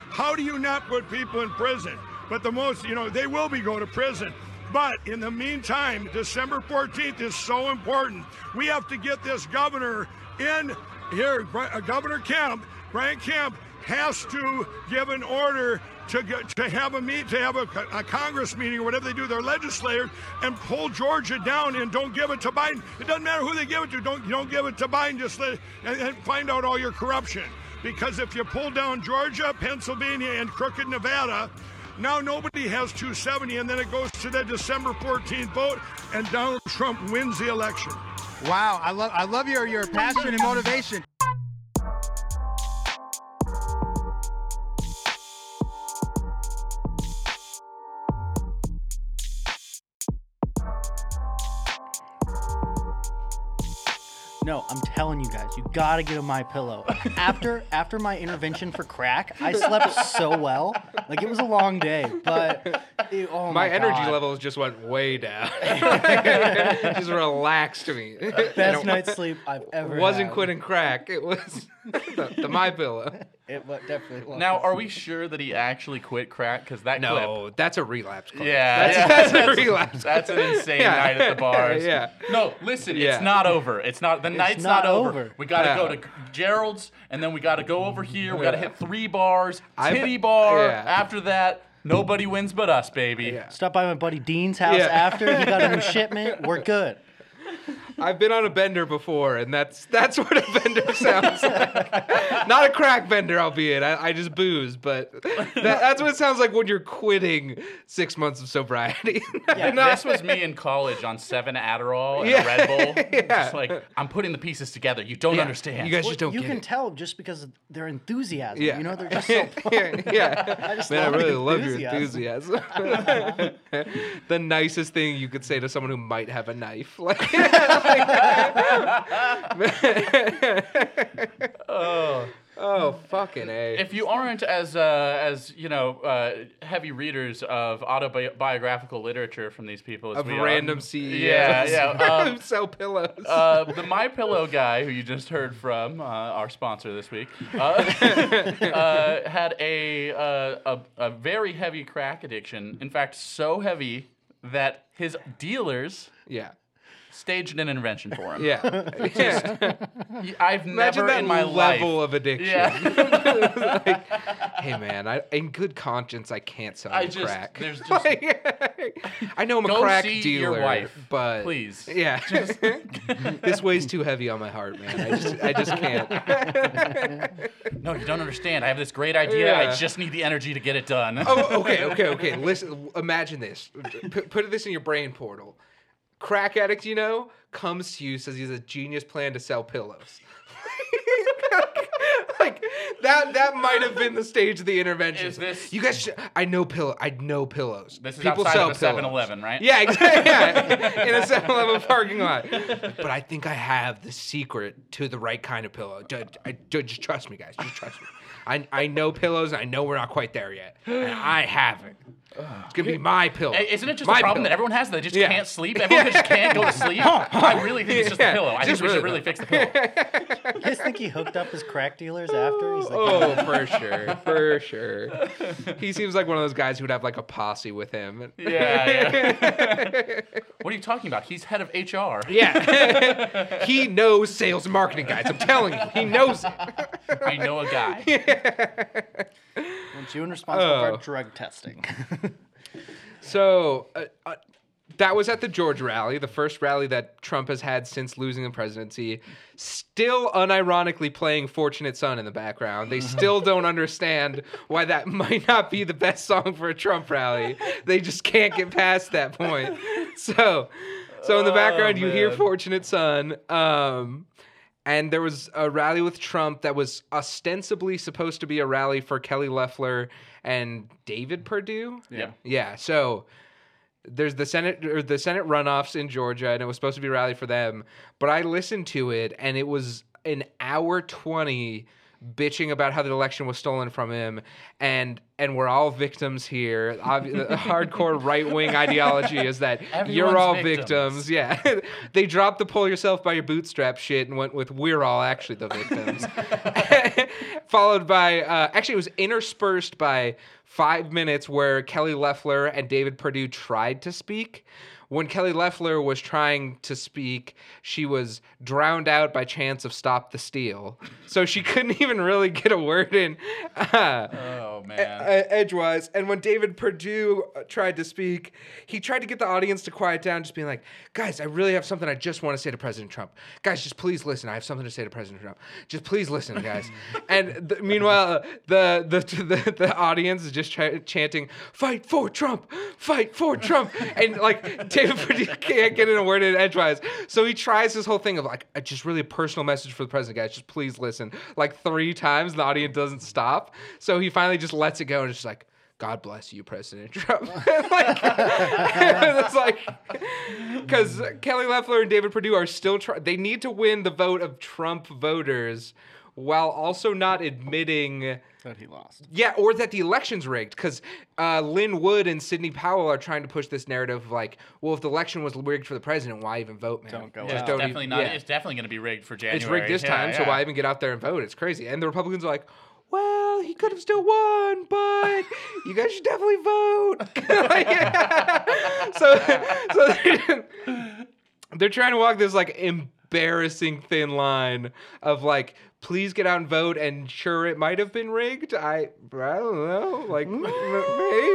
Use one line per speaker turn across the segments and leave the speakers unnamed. How do you not put people in prison? But the most, you know, they will be go to prison. But in the meantime, December 14th is so important. We have to get this governor in here. Bri- uh, Governor Kemp, Brian Kemp, has to give an order to get, to have a meet to have a, co- a Congress meeting or whatever they do, their legislators, and pull Georgia down and don't give it to Biden. It doesn't matter who they give it to. Don't don't give it to Biden. Just let, and, and find out all your corruption. Because if you pull down Georgia, Pennsylvania, and crooked Nevada, now nobody has 270, and then it goes to the December 14th vote, and Donald Trump wins the election.
Wow, I love I love your your passion and motivation.
No, I'm telling you guys, you gotta get on my pillow. After after my intervention for crack, I slept so well. Like it was a long day, but it- oh my,
My energy
God.
levels just went way down. just relaxed me.
Best night's sleep I've ever.
Wasn't
had.
quitting crack. It was the, the my pillow.
It wa- definitely was.
Now, are we sure that he actually quit crack? Because that
No, that's a relapse.
clip.
Clip.
Yeah,
that's,
yeah,
that's a relapse.
That's an insane
Yeah.
night at the bars.
Yeah.
No, listen,
Yeah.
it's not over. It's not the night's not,
not
over.
over.
We gotta
Yeah.
go to Gerald's, and then we gotta go over here. We gotta
Yeah.
hit three bars,
I-
titty bar.
yeah.
After that, nobody wins but us, baby.
Yeah.
Stop by my buddy Dean's house
Yeah.
after he got a new shipment. We're good.
I've been on a bender before, and that's that's what a bender sounds like. Not a crack bender, albeit. I, I just booze, but that, that's what it sounds like when you're quitting six months of sobriety. Not-
This was me in college on seven Adderall and
Yeah.
a Red Bull.
Yeah.
Just like I'm putting the pieces together. You don't
Yeah.
understand.
You guys
Well,
just don't
you
get
can
it.
tell just because of their enthusiasm.
Yeah.
You know, they're just so.
yeah, yeah.
just
Man, I
love
really
the
love your enthusiasm. the nicest thing you could say to someone who might have a knife. Like, oh, fucking a.
if you aren't as uh, as you know uh, heavy readers of autobiographical literature from these people as
of
we are-
random E CEOs
yeah yeah
who sell pillows.
um, uh, the my pillow guy who you just heard from uh, our sponsor this week uh, uh, had a, uh, a a very heavy crack addiction in fact so heavy that his dealers
yeah,
staged an intervention for him
yeah. yeah.
i've
Imagine
never
that
in my
level
life
of addiction.
yeah
Like, hey man, I, in good conscience, I can't sell
I
you
just-
crack.
there's just-
Like, I know I'm a
Go
crack
see
dealer,
your wife,
but
please.
yeah, this weighs too heavy on my heart, man. I just, I just can't.
no you don't understand i have this great idea
Yeah.
i just need the energy to get it done
Oh, okay, okay, okay. Listen, imagine this. P- put this in your brain portal. Crack addict, you know, comes to you says he has a genius plan to sell pillows. like that that might have been the stage of the intervention.
Is this-
You guys should, I know pillow I know pillows.
This is
People
outside
sell
of a
pillows.
7-Eleven, right?
Yeah, exactly. Yeah. In a 7-Eleven parking lot. But I think I have the secret to the right kind of pillow. Ju- I- ju- Just trust me, guys. Just trust me. I, I know pillows. and I know we're not quite there yet. And I haven't. It's gonna be my pillow.
Hey, Isn't it just
my
a problem
pillow.
that everyone has that they just
Yeah.
can't sleep? Everyone just can't go to sleep? I really think it's just
Yeah.
the pillow. I
Just
think we should
really
really fix the pillow.
You guys think he hooked up his crack dealers after? He's like,
Oh, for sure, for sure. He seems like one of those guys who would have like a posse with him.
Yeah, What are you talking about? He's head of HR.
Yeah. he knows sales and marketing, guys. I'm telling you, he knows it.
I know a guy.
"Well, June responsible
Oh.
for drug testing.
So uh, uh, that was at the George rally, the first rally that Trump has had since losing the presidency. Still unironically playing Fortunate Son in the background. They still don't understand why that might not be the best song for a Trump rally. They just can't get past that point. So, so in the background, you hear
man.
Fortunate Son. Um, and there was a rally with Trump that was ostensibly supposed to be a rally for Kelly Loeffler and David Perdue.
Yeah.
Yeah. So there's the Senate or the Senate runoffs in Georgia, and it was supposed to be a rally for them. But I listened to it, and it was an hour twenty bitching about how the election was stolen from him, and and we're all victims here. Ob- the hardcore right wing ideology is that you're
Everyone's
all victims.
victims.
Yeah, they dropped the pull yourself by your bootstrap shit and went with we're all actually the victims. followed by uh, actually it was interspersed by five minutes where Kelly Loeffler and David Perdue tried to speak. When Kelly Loeffler was trying to speak, she was drowned out by chance of "Stop the Steal," so she couldn't even really get a word in.
Oh man.
uh, edgewise. And when David Perdue uh, tried to speak, he tried to get the audience to quiet down, just being like, "Guys, I really have something I just want to say to President Trump. Guys, just please listen. I have something to say to President Trump. Just please listen, guys." and th- meanwhile, uh, the the, the the audience is just ch- chanting, "Fight for Trump! Fight for Trump!" and like David Perdue can't get in a word in edgewise, so he tries this whole thing of like, "I just really a personal message for the president, guys. Just please listen." Like three times, the audience doesn't stop, so he finally just lets it go and just like. God bless you, President Trump. like, it's like, because Kelly Loeffler and David Perdue are still trying. They need to win the vote of Trump voters, while also not admitting
That he lost.
yeah, or that the election's rigged because uh, Lynn Wood and Sidney Powell are trying to push this narrative of like, well, if the election was rigged for the president, why even vote, man?
Don't go
Just
out.
don't
definitely
even-
not.
yeah.
It's definitely going to be rigged for January.
It's rigged this
Yeah,
time, so
yeah.
why even get out there and vote? It's crazy. And the Republicans are like, well, he could have still won, but you guys should definitely vote. Like, so, so they're, they're trying to walk this like embarrassing thin line of like, please get out and vote. And sure, it might have been rigged. I I don't know, like m- m-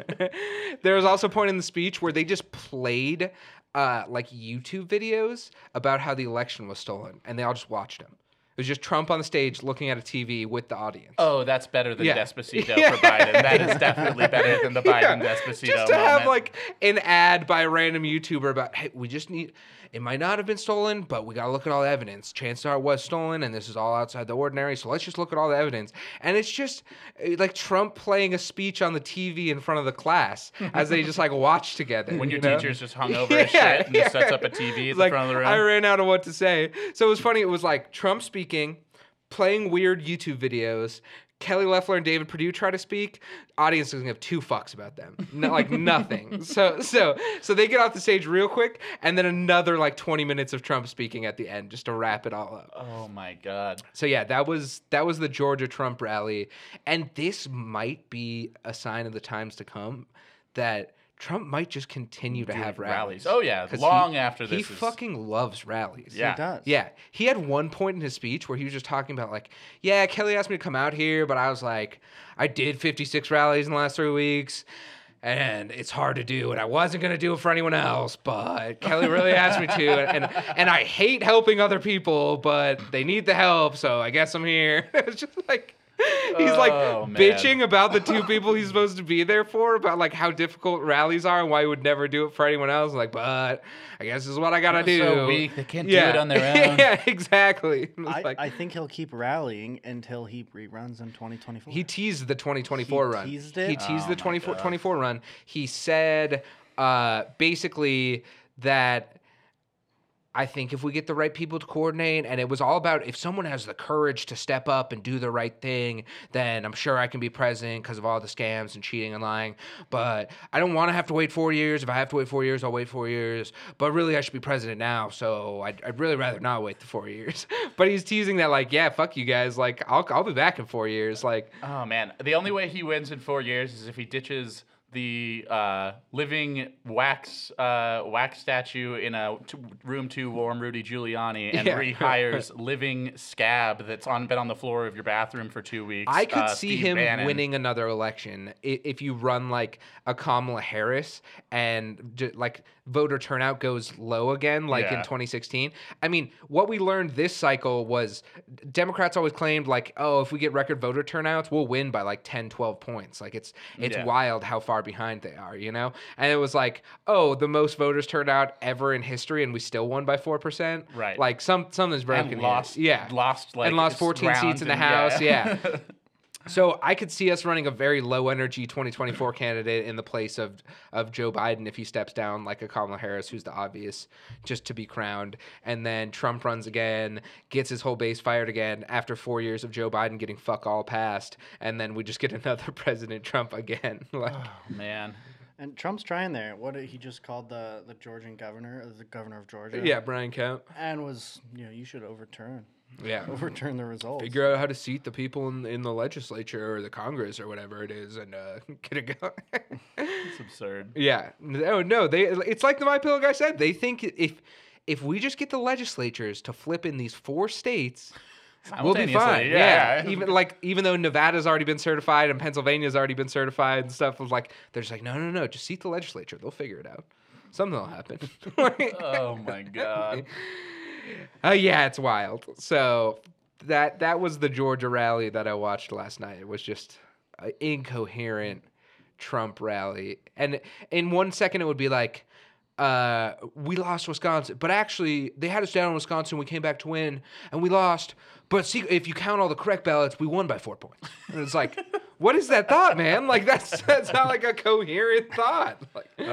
maybe. there was also a point in the speech where they just played uh, like YouTube videos about how the election was stolen, and they all just watched them. It was just Trump on the stage looking at a TV with the audience.
Oh, that's better than
Yeah.
Despacito
Yeah.
for Biden. That is definitely better than the Biden
Yeah,
Despacito
Just to have
moment.
like an ad by a random YouTuber about, hey, we just need. It might not have been stolen, but we gotta look at all the evidence. Chances are it was stolen, and this is all outside the ordinary. So let's just look at all the evidence. And it's just eh, like Trump playing a speech on the TV in front of the class as they just like watch together.
when your
you know?
teacher's just hung over as shit and just sets up a TV at the
Like,
front of the room.
I ran out of what to say. So it was funny. It was like Trump speaking, playing weird YouTube videos. Kelly Loeffler and David Perdue try to speak. Audience doesn't give two fucks about them. No, like nothing. So so so they get off the stage real quick, and then another like 20 minutes of Trump speaking at the end just to wrap it all up.
oh my god.
So yeah, that was that was the Georgia Trump rally, and this might be a sign of the times to come that Trump might just continue to have rallies.
rallies. Oh, yeah,
'Cause
long
he-
after
he
this is-
fucking loves rallies.
Yeah.
He does.
Yeah, he had one point in his speech where he was just talking about like, yeah, Kelly asked me to come out here, but I was like, I did 56 rallies in the last three weeks, and it's hard to do, and I wasn't gonna do it for anyone else, but Kelly really asked me to, and and, and I hate helping other people, but they need the help, so I guess I'm here. it's just like. He's like
Oh, man.
bitching about the two people he's supposed to be there for, about like how difficult rallies are and why he would never do it for anyone else. Like, but I guess this is what I gotta do.
so weak, they can't do it on their own.
yeah, exactly. It's
I,
like-
I think he'll keep rallying until he reruns in 2024.
he teased the 2024
He
run.
teased it?
He teased
Oh
the
my
24,
God.
24 run. He said uh, basically that I think if we get the right people to coordinate, and it was all about if someone has the courage to step up and do the right thing, then I'm sure I can be president because of all the scams and cheating and lying. But I don't want to have to wait four years. If I have to wait four years, I'll wait four years. But really, I should be president now. So I'd, I'd really rather not wait the four years. but he's teasing that, like, yeah, fuck you guys. Like, I'll, I'll be back in four years. Like,
Oh man, the only way he wins in four years is if he ditches the uh, living wax uh, wax statue in a t- room too warm Rudy Giuliani and
Yeah.
rehires living scab that's on been on the floor of your bathroom for two weeks.
I could
uh,
see
Steve
him
Bannon.
winning another election i- if you run like a Kamala Harris and j- like voter turnout goes low again, like in
Yeah.
2016. I mean, what we learned this cycle was Democrats always claimed like, oh, if we get record voter turnouts, we'll win by like 10, 12 points. Like it's it's
Yeah.
wild how far behind they are, you know. And it was like, oh, the most voters turned out ever in history, and we still won by four percent.
Right.
Like some something's broken.
and
here.
lost.
yeah,
lost like
and lost
s-
14 seats
rounds
in the
and-
House. Yeah. So I could see us running a very low energy 2024 candidate in the place of of Joe Biden if he steps down like a Kamala Harris who's the obvious just to be crowned and then Trump runs again gets his whole base fired again after 4 years of Joe Biden getting fuck all passed and then we just get another president Trump again like
Oh, man.
and Trump's trying there. What did he just called the the Georgian uh, governor, the governor of Georgia?
yeah Brian Kemp
and was you know you should overturn
Yeah.
overturn the results.
Figure out how to seat the people in, in the legislature or the Congress or whatever it is, and uh, get it going.
It's absurd.
Yeah. No, no. They. It's like the My Pillow guy said. They think if if we just get the legislatures to flip in these four states, we'll be fine.
Simultaneously, yeah.
Even like even though Nevada's already been certified and Pennsylvania's already been certified and stuff was like they're just like no no no just seat the legislature. They'll figure it out. Something will happen.
Oh my god.
Uh, yeah, it's wild. So that that was the Georgia rally that I watched last night. It was just an incoherent Trump rally, and in one second it would be like, uh, "We lost Wisconsin," but actually they had us down in Wisconsin. We came back to win, and we lost. But see, if you count all the correct ballots, we won by four points. And it's like, what is that thought, man? Like that's that's not like a coherent thought. Like,
Uh,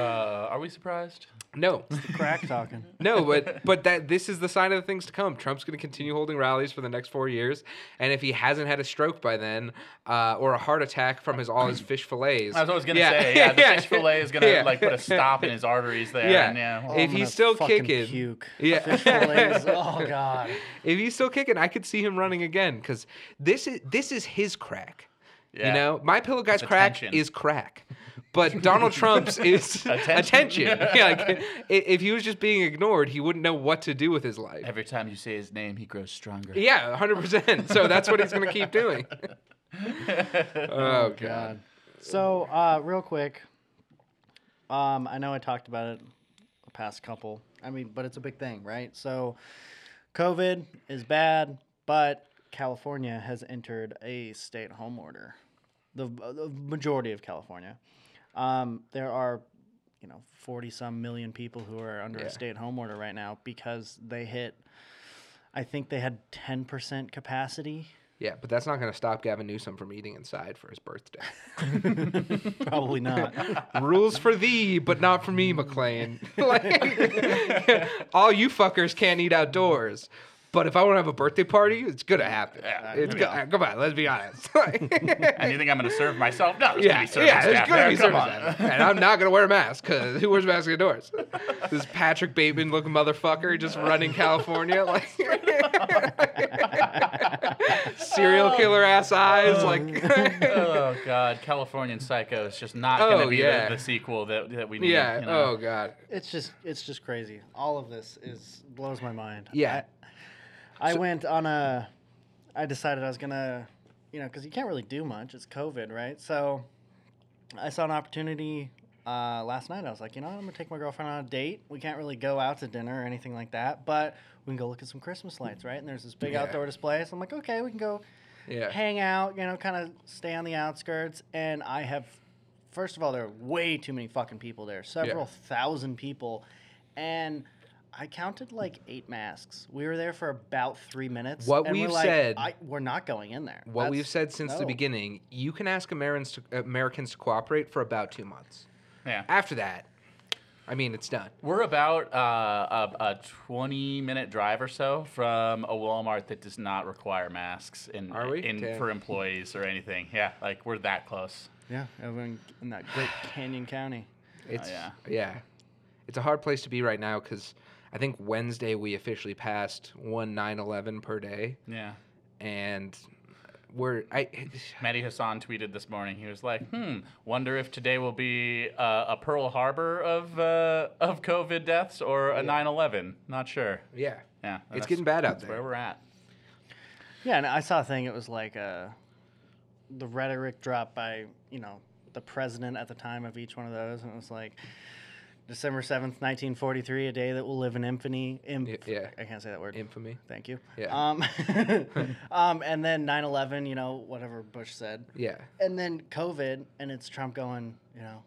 are we surprised?
no,
Crack talking.
no, but but that this is the sign of the things to come. Trump's going to continue holding rallies for the next four years, and if he hasn't had a stroke by then, uh, or a heart attack from his all his fish fillets,
I was always gonna say, yeah, the fish fillet is gonna
Yeah.
like put a stop in his arteries there.
Yeah.
And, yeah.
If
I'm
he's
gonna
still
fucking
kicking-
puke.
Yeah.
Fish fillets, oh god.
If he's still kicking, I could see him running again because this is this is his crack. You
Yeah.
know, my pillow guy's crack
attention.
is crack, but Donald Trump's is attention.
Attention.
Yeah, like, i- if he was just being ignored, he wouldn't know what to do with his life.
Every time you say his name, he grows stronger.
Yeah, hundred percent. So that's what he's gonna keep doing. oh god.
God. So, uh, real quick, um, I know I talked about it the past couple. I mean, but it's a big thing, right? So, COVID is bad, but California has entered a state home order. The, the majority of California. Um, there are, you know, forty some million people who are under
Yeah.
a stay at home order right now because they hit. I think they had ten percent capacity.
Yeah, but that's not gonna stop Gavin Newsom from eating inside for his birthday.
Probably not.
Rules for thee, but not for me, McLean. like, all you fuckers can't eat outdoors. But if I want to have a birthday party, it's gonna happen. it's go- come on, let's be honest.
And you think I'm gonna serve myself? No, there's gonna
yeah,
be service
yeah,
staff
there's gonna
there.
be
Come
service.
on.
staff. And I'm not gonna wear a mask because who wears masks indoors? this Patrick Bateman looking motherfucker just running California like serial killer ass eyes like.
oh god, Californian Psycho is just not
Oh,
gonna be the-
yeah.
the, sequel that, that we need.
Yeah.
you know?
Oh god.
It's just it's just crazy. All of this is blows my mind.
Yeah.
I, I went on a I decided I was going to, you know, cuz you can't really do much. It's COVID, right? So I saw an opportunity uh, last night. I was like, you know, what, I'm going to take my girlfriend on a date. We can't really go out to dinner or anything like that, but we can go look at some Christmas lights, right? And there's this big
Yeah.
outdoor display. So I'm like, okay, we can go
Yeah.
hang out, you know, kind of stay on the outskirts. And I have, first of all, there are way too many fucking people there, several thousand people. And I counted like eight masks. We were there for about three minutes.
What
and we're
we've
like,
said-
I, we're not going in there.
What
That's-
we've said since the
no.
beginning, you can ask Americans to, Americans to cooperate for about two months.
Yeah.
After that, I mean, it's done.
We're about uh, a, a 20 minute drive or so from a Walmart that does not require masks in,
Are we?
in
Damn.
for employees or anything. Yeah, like we're that close.
Yeah, over in, in that great Canyon County.
It's
Oh, yeah.
yeah, it's a hard place to be right now because I think Wednesday we officially passed one nine eleven per day,
Yeah.
and we're I
Mehdi Hassan tweeted this morning. He was like, "Hmm, wonder if today will be uh, a Pearl Harbor of uh, of COVID deaths or a 9/11. Not sure."
yeah
Yeah,
it's
that's-
getting bad out
That's where
there.
we're at.
Yeah, and I saw a thing. It was like uh, the rhetoric dropped by you know the president at the time of each one of those, and it was like December seventh, nineteen forty three, a day that will live in infamy. Inf-
Y- yeah.
I can't say that word.
Infamy.
Thank you.
Yeah.
Um, um, and then 9-11, you know, whatever Bush said.
Yeah,
And then COVID, and it's Trump going, you know,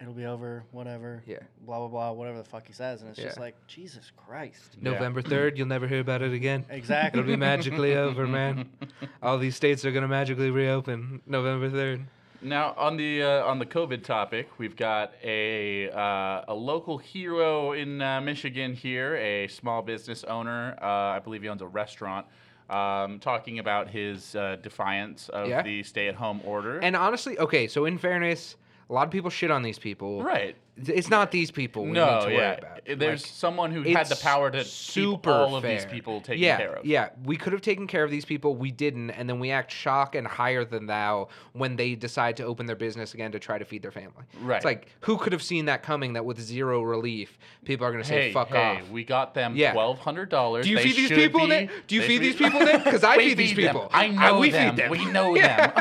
it'll be over, whatever.
Yeah.
Blah, blah, blah, whatever the fuck he says. And it's just
Yeah.
like, Jesus Christ.
November third, you'll never hear about it again.
Exactly.
It'll be magically over, man. All these states are gonna magically reopen November third.
Now on the uh, on the COVID topic, we've got a uh, a local hero in uh, Michigan here, a small business owner. Uh, I believe he owns a restaurant. Um, talking about his uh, defiance of
Yeah.
the stay-at-home order.
And honestly, okay, so in fairness, A lot of people shit on these people.
Right.
It's not these people we
no,
need to
yeah.
worry about.
I- There's
Like,
someone who had the
it's
power to keep all of these
fair.
people taken
yeah,
care of.
Yeah, we could have taken care of these people, we didn't, and then we act shock and higher than thou when they decide to open their business again to try to feed their family.
Right.
It's like who could have seen that coming? That with zero relief, people are going to say
Hey,
fuck
hey,
off.
we got them
Yeah.
twelve hundred dollars.
Do you feed these people,
Be,
Nick? Do you
they
feed
should
these
be-
people, Nick? 'Cause I
We
feed these
them.
people.
I know
I- we feed
them.
them.
We know them.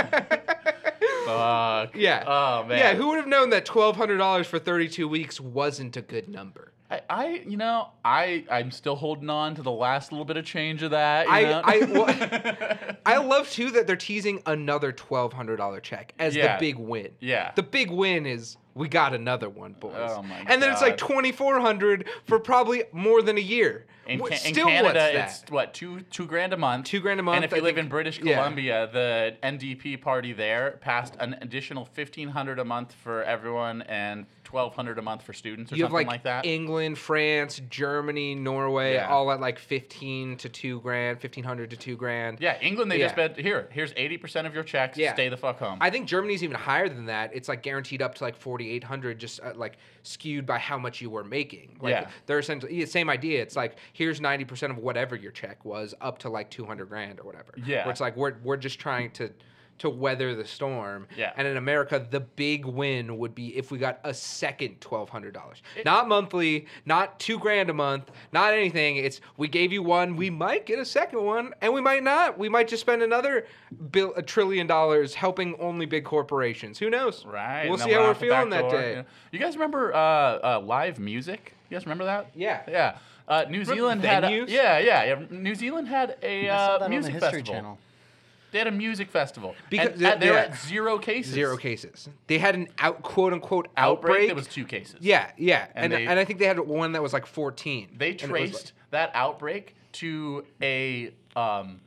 Fuck.
yeah.
Oh man.
Yeah. Who would have known that twelve hundred dollars for thirty-two weeks wasn't a good number?
I, I, you know, I, I'm still holding on to the last little bit of change of that. you
I-
know?
I- well- I love too that they're teasing another twelve hundred dollar check as
Yeah.
the big win.
Yeah.
The big win is we got another one, boys.
Oh my
and then it's like
God.
twenty four hundred for probably more than a year.
in,
What-
Ca- in
Still, what's
Canada,
that?
it's what two two grand a month.
Two grand a
And
month,
if you
I
live
think-
in British
yeah.
Columbia, the NDP party there passed an additional fifteen hundred a month for everyone and twelve hundred a month for students or
you have
something
like,
like, that.
England, France, Germany, Norway,
Yeah.
all at like fifteen to two grand, fifteen hundred to two grand.
yeah, England, they just
Yeah.
said here, here's eighty percent of your checks.
Yeah.
Stay the fuck home.
I think Germany's even higher than that. It's like guaranteed up to like 4,800, just uh, like skewed by how much you were making. Like
Yeah.
they're essentially yeah, same idea. It's like here's 90% of whatever your check was, up to like 200 grand or whatever.
Yeah.
Where it's like we're we're just trying to to weather the storm.
Yeah.
And in America, the big win would be if we got a second $1,200. Not monthly, not two grand a month, not anything. It's we gave you one, we might get a second one, and we might not. We might just spend another bill, a trillion dollars helping only big corporations. Who knows?
right.
We'll
and then
see how
went
we're
out the back
feeling that
door,
day.
You, know. You guys remember uh, uh, live music? You guys remember that?
Yeah.
Yeah. Uh, New Zealand had a,
venues?
yeah, yeah, yeah. New Zealand had a
I saw that
uh,
on the
music
History
festival.
Channel.
They had a music festival.
Because-
and, and they were
yeah.
at zero cases.
Zero cases. They had an out quote unquote
Outbreak,
outbreak.
there was two cases.
yeah, yeah. And,
And
and,
they-
I think they had one that was like 14.
They
And it was, like-
traced that outbreak to a um,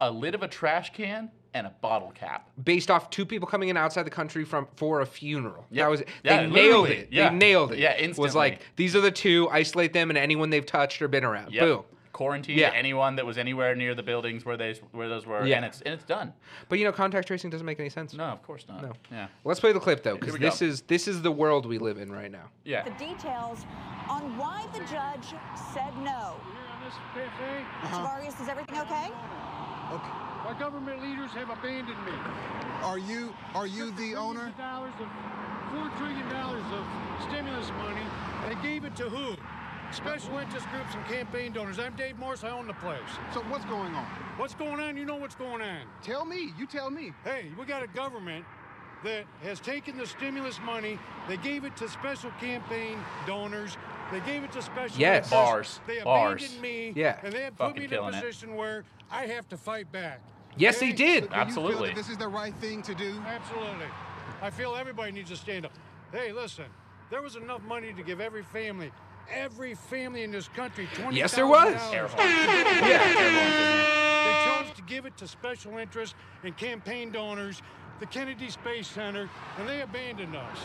a lid of a trash can and a bottle cap.
based off two people coming in outside the country from for a funeral.
Yeah.
That was
Yeah,
they nailed
literally.
it.
Yeah.
They nailed it.
Yeah,
Was
instantly.
like these are the two. Isolate them and anyone they've touched or been around.
Yep.
Boom.
Quarantined
Yeah.
anyone that was anywhere near the buildings where they where those were,
Yeah.
and it's and it's done.
But you know, contact tracing doesn't make any sense.
No, of course not.
No.
Yeah.
Let's play the clip though,
Here
because
we go.
this is this is the world we live in right now.
Yeah.
the details on why the judge said no.
Here on this cafe,
Tavarius, is everything okay?
Okay.
my government leaders have abandoned me.
Are you are you the owner?
Dollars of four trillion dollars of stimulus money. They gave it to who? Special interest groups and campaign donors. I'm Dave Morse. I own the place.
So what's going on?
What's going on? You know what's going on.
Tell me. You tell me.
Hey, we got a government that has taken the stimulus money. They gave it to special campaign donors. They gave it to special
Yes.
interests.
Bars.
They
Bars.
abandoned me.
Yeah.
And they have
Fucking
put me in a
killing it.
position where I have to fight back.
Yes, they
Okay?
did.
So do you feel
Absolutely.
that this is the right thing to do.
Absolutely. I feel everybody needs to stand up. Hey, listen, there was enough money to give every family, every family in this country, twenty.
Yes, there was.
Air horn. yeah.
They chose to give it to special interests and campaign donors, the Kennedy Space Center, and they abandoned us.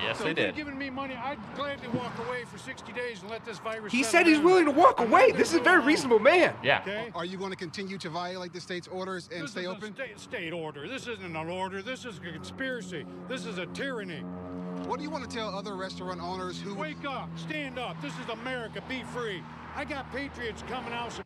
Yes,
So
they
if you're
did.
giving me money, I'd gladly walk away for sixty days and let this virus.
He
settle
said he's
down.
willing to walk
I'm
away.
not
This is a
gonna
very
go
reasonable man.
Yeah.
alone. Okay.
Are you going to continue to violate the state's orders and
This
stay
is
open?
a state, state order. This isn't an order. This is a conspiracy. This is a tyranny.
What do you want to tell other restaurant owners who?
Wake up, stand up. This is America. Be free. I got patriots coming out.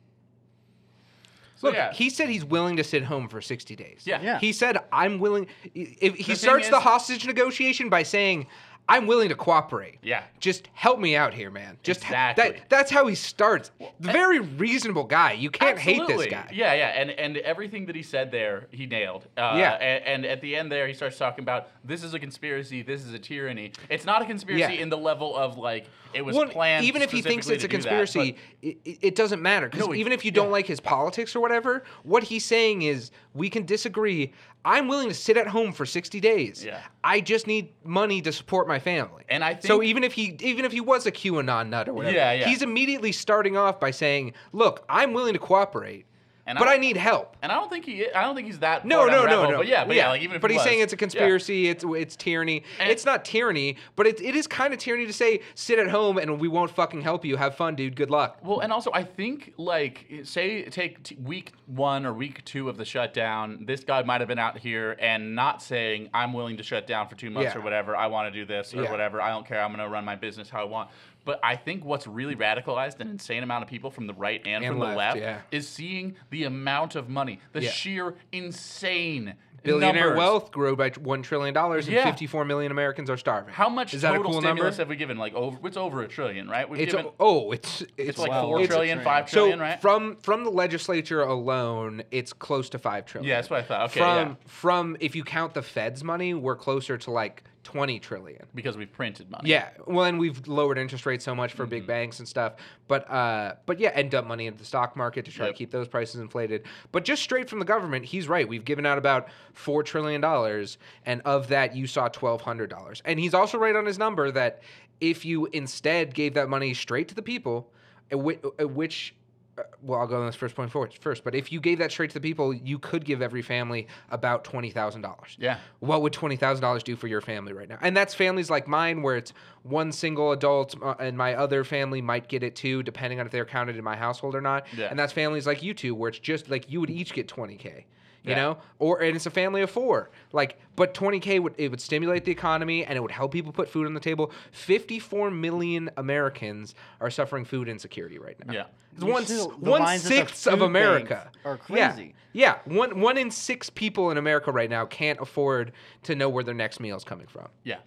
So,
Look,
yeah.
he said he's willing to sit home for 60 days.
Yeah.
Yeah.
He said, I'm willing. If he
thing
starts the
is-
hostage negotiation by saying, I'm willing to cooperate.
Yeah.
Just help me out here, man. Just h-
Exactly. eh
that, that's how he starts. Very reasonable guy. You can't hate this
Absolutely.
guy.
Yeah, yeah, and and everything that he said there, he nailed. Uh,
Yeah.
and, and at the end there, he starts talking about this is a conspiracy, this is a tyranny. It's not a conspiracy
Yeah.
in the level of like it was
Well,
planned.
even if he thinks
specifically
it's a
to do that,
conspiracy,
but-
it, it- it doesn't matter because
No, it-
even if you don't
yeah.
like his politics or whatever, what he's saying is we can disagree. I'm willing to sit at home for 60 days.
Yeah.
I just need money to support my family.
And I
so
think-
even if he even if he was a QAnon nut or whatever,
Yeah, yeah.
he's immediately starting off by saying, "Look, I'm willing to cooperate."
And
but
I-
I need help.
And I don't think he. I don't think he's that.
No,
far down
no,
the rabbit
no,
hole,
no.
But yeah, but yeah. like even if
but
he
he's
was,
saying it's a
yeah.
conspiracy. It's it's tyranny.
And-
it's not tyranny, but it, it is kind of tyranny to say sit at home and we won't fucking help you. Have fun, dude. Good luck.
Well, and also I think like say take t- week one or week two of the shutdown, this guy might have been out here and not saying I'm willing to shut down for two months
Yeah.
or whatever. I want to do this or
Yeah.
whatever. I don't care. I'm going to run my business how I want. But I think what's really radicalized an insane amount of people from the right and,
And
from the
left,
left
yeah.
is seeing the amount of money, the
Yeah.
sheer insane
Billionaire
numbers.
wealth grew by one trillion dollars, and
Yeah.
54 million Americans are starving.
How much
is that
total
a cool
stimulus
number?
have we given? Like over, it's over a trillion, right? We've
It's
given.
oh, it's it's,
it's like
wow.
four
It's a
trillion,
trillion.
five
so
trillion, right?
from from the legislature alone, it's close to five trillion.
Yeah, that's what I thought. Okay,
from
yeah.
from if you count the Fed's money, we're closer to like 20 trillion.
because we've printed money. Mm-hmm.
Yeah, well, and we've lowered interest rates so much for big banks and stuff, but uh, but yeah, and dump money into the stock market to try
Yep.
to keep those prices inflated. But just straight from the government, he's right. We've given out about four trillion dollars, and of that, you saw twelve hundred dollars. And he's also right on his number that if you instead gave that money straight to the people, uh, whi- uh, which uh, well, I'll go on this first point forward first. But if you gave that straight to the people, you could give every family about twenty thousand dollars
Yeah.
what would twenty thousand dollars do for your family right now? And that's families like mine, where it's one single adult, uh, and my other family might get it too, depending on if they're counted in my household or not.
Yeah.
And that's families like you two, where it's just like you would each get twenty k. You
Yeah.
know, or and it's a family of four. Like, but 20k would it would stimulate the economy and it would help people put food on the table. 54 million Americans are suffering food insecurity right now.
Yeah.
it's
You
one
see the
one
lines at the
sixth of
food
America
banks are
Yeah.
crazy.
Yeah, one one in six people in America right now can't afford to know where their next meal is coming from,
Yeah.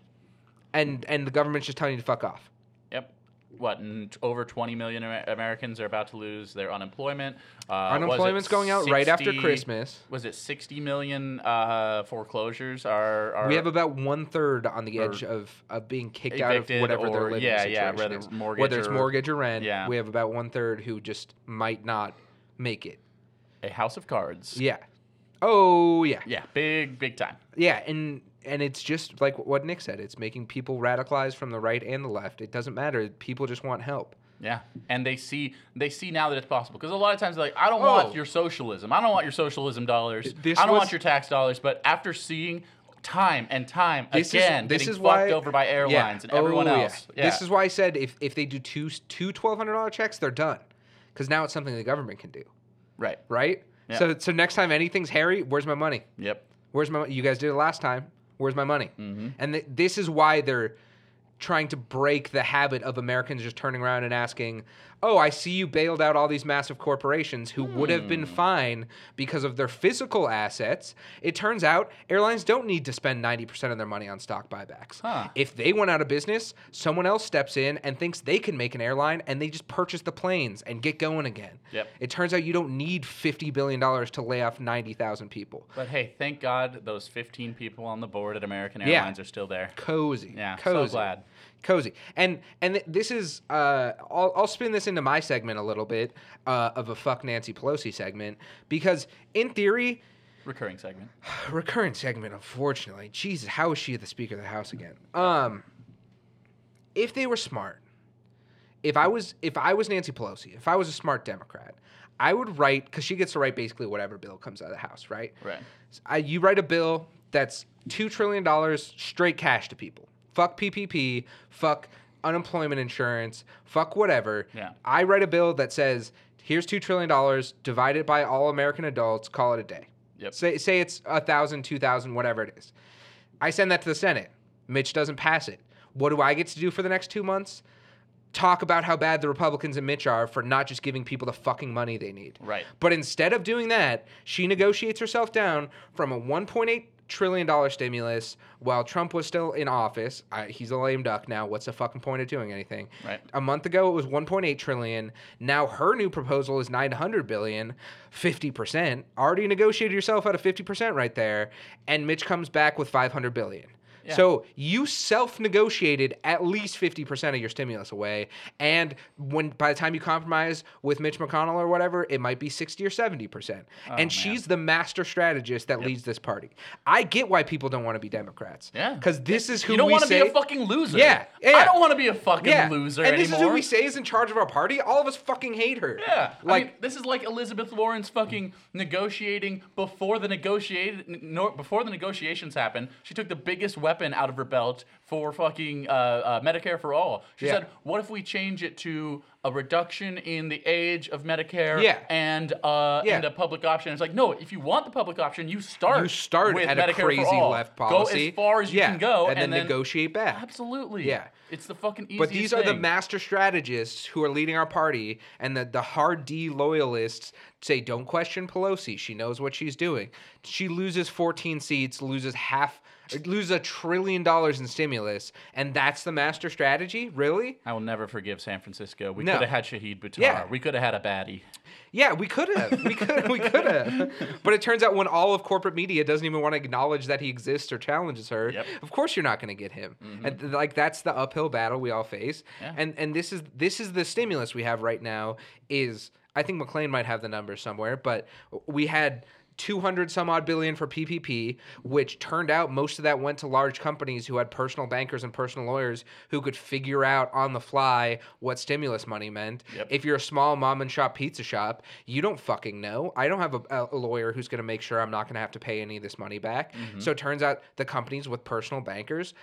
and and the government's just telling you to fuck off.
Yep. What? And t- over 20 million Amer- Americans are about to lose their unemployment. Uh, was it
Unemployment's going out right after
60
Christmas.
Was it 60 million uh, foreclosures are, are
We have about one third on the edge of, of being kicked out of
evicted
whatever their
or-
living
yeah, yeah,
situation
whether
is,
mortgage
whether it's
or-
mortgage or rent.
yeah.
we have about one third who just might not make it.
a house of cards?
Yeah. Oh yeah.
Yeah. Big, big time.
Yeah, and and it's just like what Nick said. It's making people radicalized from the right and the left. It doesn't matter. People just want help.
Yeah, and they see they see now that it's possible because a lot of times they're like, I don't want
Oh.
your socialism, I don't want your socialism dollars,
This
I don't
was-
want your tax dollars. But after seeing time and time
This is-
again,
this
getting
is
fucked
why-
over by airlines and everyone
Oh, yeah.
else, yeah.
This is why I said if if they do two two twelve hundred dollar checks, they're done, because now it's something the government can do,
right.
right?
Yeah.
So so next time anything's hairy, where's my money?
Yep.
Where's my? You guys did it last time. Where's my money?
Mm-hmm.
And th- this is why they're trying to break the habit of Americans just turning around and asking, "Oh, I see you bailed out all these massive corporations who would have been
Hmm.
fine because of their physical assets." It turns out airlines don't need to spend 90% of their money on stock buybacks.
Huh.
If they went out of business, someone else steps in and thinks they can make an airline and they just purchase the planes and get going again.
Yep.
It turns out you don't need 50 billion dollars to lay off 90,000 people.
But hey, thank God those 15 people on the board at American
Yeah.
Airlines are still there.
cozy.
Yeah, so
cozy.
glad.
Cozy. And and th- this is uh, I'll I'll spin this into my segment a little bit uh, of a fuck Nancy Pelosi segment because in theory,
Recurring segment.
recurrent segment. Unfortunately, Jesus, how is she the Speaker of the House again? Um, if they were smart, if I was if I was Nancy Pelosi, if I was a smart Democrat, I would write because she gets to write basically whatever bill comes out of the House, right?
Right.
S- I, you write a bill that's two trillion dollars straight cash to people. Fuck PPP. Fuck unemployment insurance. Fuck whatever.
Yeah.
I write a bill that says here's two trillion dollars, divide it by all American adults, call it a day.
Yep.
Say say it's a thousand, two thousand, whatever it is. I send that to the Senate. Mitch doesn't pass it. What do I get to do for the next two months? Talk about how bad the Republicans and Mitch are for not just giving people the fucking money they need.
Right.
But instead of doing that, she negotiates herself down from a 1.8 trillion dollar stimulus while Trump was still in office. I, he's a lame duck now. What's the fucking point of doing anything?
Right.
A month ago it was 1.8 trillion. Now her new proposal is 900 billion, 50%. Already negotiated yourself out of 50% right there and Mitch comes back with 500 billion. So you self-negotiated at least 50% of your stimulus away, and when by the time you compromise with Mitch McConnell or whatever, it might be 60 or 70%.
Oh,
and she's the master strategist that leads this party. I get why people don't want to be Democrats.
Yeah.
Cuz this is who
you don't
we
want to be
say-
a fucking loser.
Yeah, yeah.
I don't want to be a fucking
yeah.
loser
And this
anymore.
is who we say is in charge of our party. All of us fucking hate her.
Yeah,
Like
like this is like Elizabeth Warren's fucking negotiating before the negotiated n- nor- before the negotiations happen. She took the biggest weapon out of her belt for fucking uh, uh, Medicare for all. She
Yeah.
said, "What if we change it to a reduction in the age of Medicare
Yeah.
and uh,
Yeah.
and a public option?" It's like, no, if you want the public option, you start
you start
with
at
Medicare
a crazy
for all.
left policy.
Go as far as you
Yeah,
can go,
and, then, negotiate back.
Absolutely.
Yeah.
it's the fucking easiest.
But these are the
thing.
master strategists who are leading our party, and the, the hard D loyalists say, don't question Pelosi. She knows what she's doing. She loses 14 seats, loses half, loses a trillion dollars in stimulus, and that's the master strategy? Really?
I will never forgive San Francisco. We
No.
could have had Shahid Buttar.
Yeah.
We could have had a baddie.
Yeah, we could have. We could we could have. But it turns out when all of corporate media doesn't even want to acknowledge that he exists or challenges her,
Yep.
of course you're not going to get him. And th- like that's the uphill battle we all face. And and this is this is the stimulus we have right now is I think McLean might have the numbers somewhere, but we had 200 some odd billion for PPP, which turned out most of that went to large companies who had personal bankers and personal lawyers who could figure out on the fly what stimulus money meant. If you're a small mom and shop pizza shop, you don't fucking know. I don't have a, a lawyer who's going to make sure I'm not going to have to pay any of this money back. So it turns out the companies with personal bankers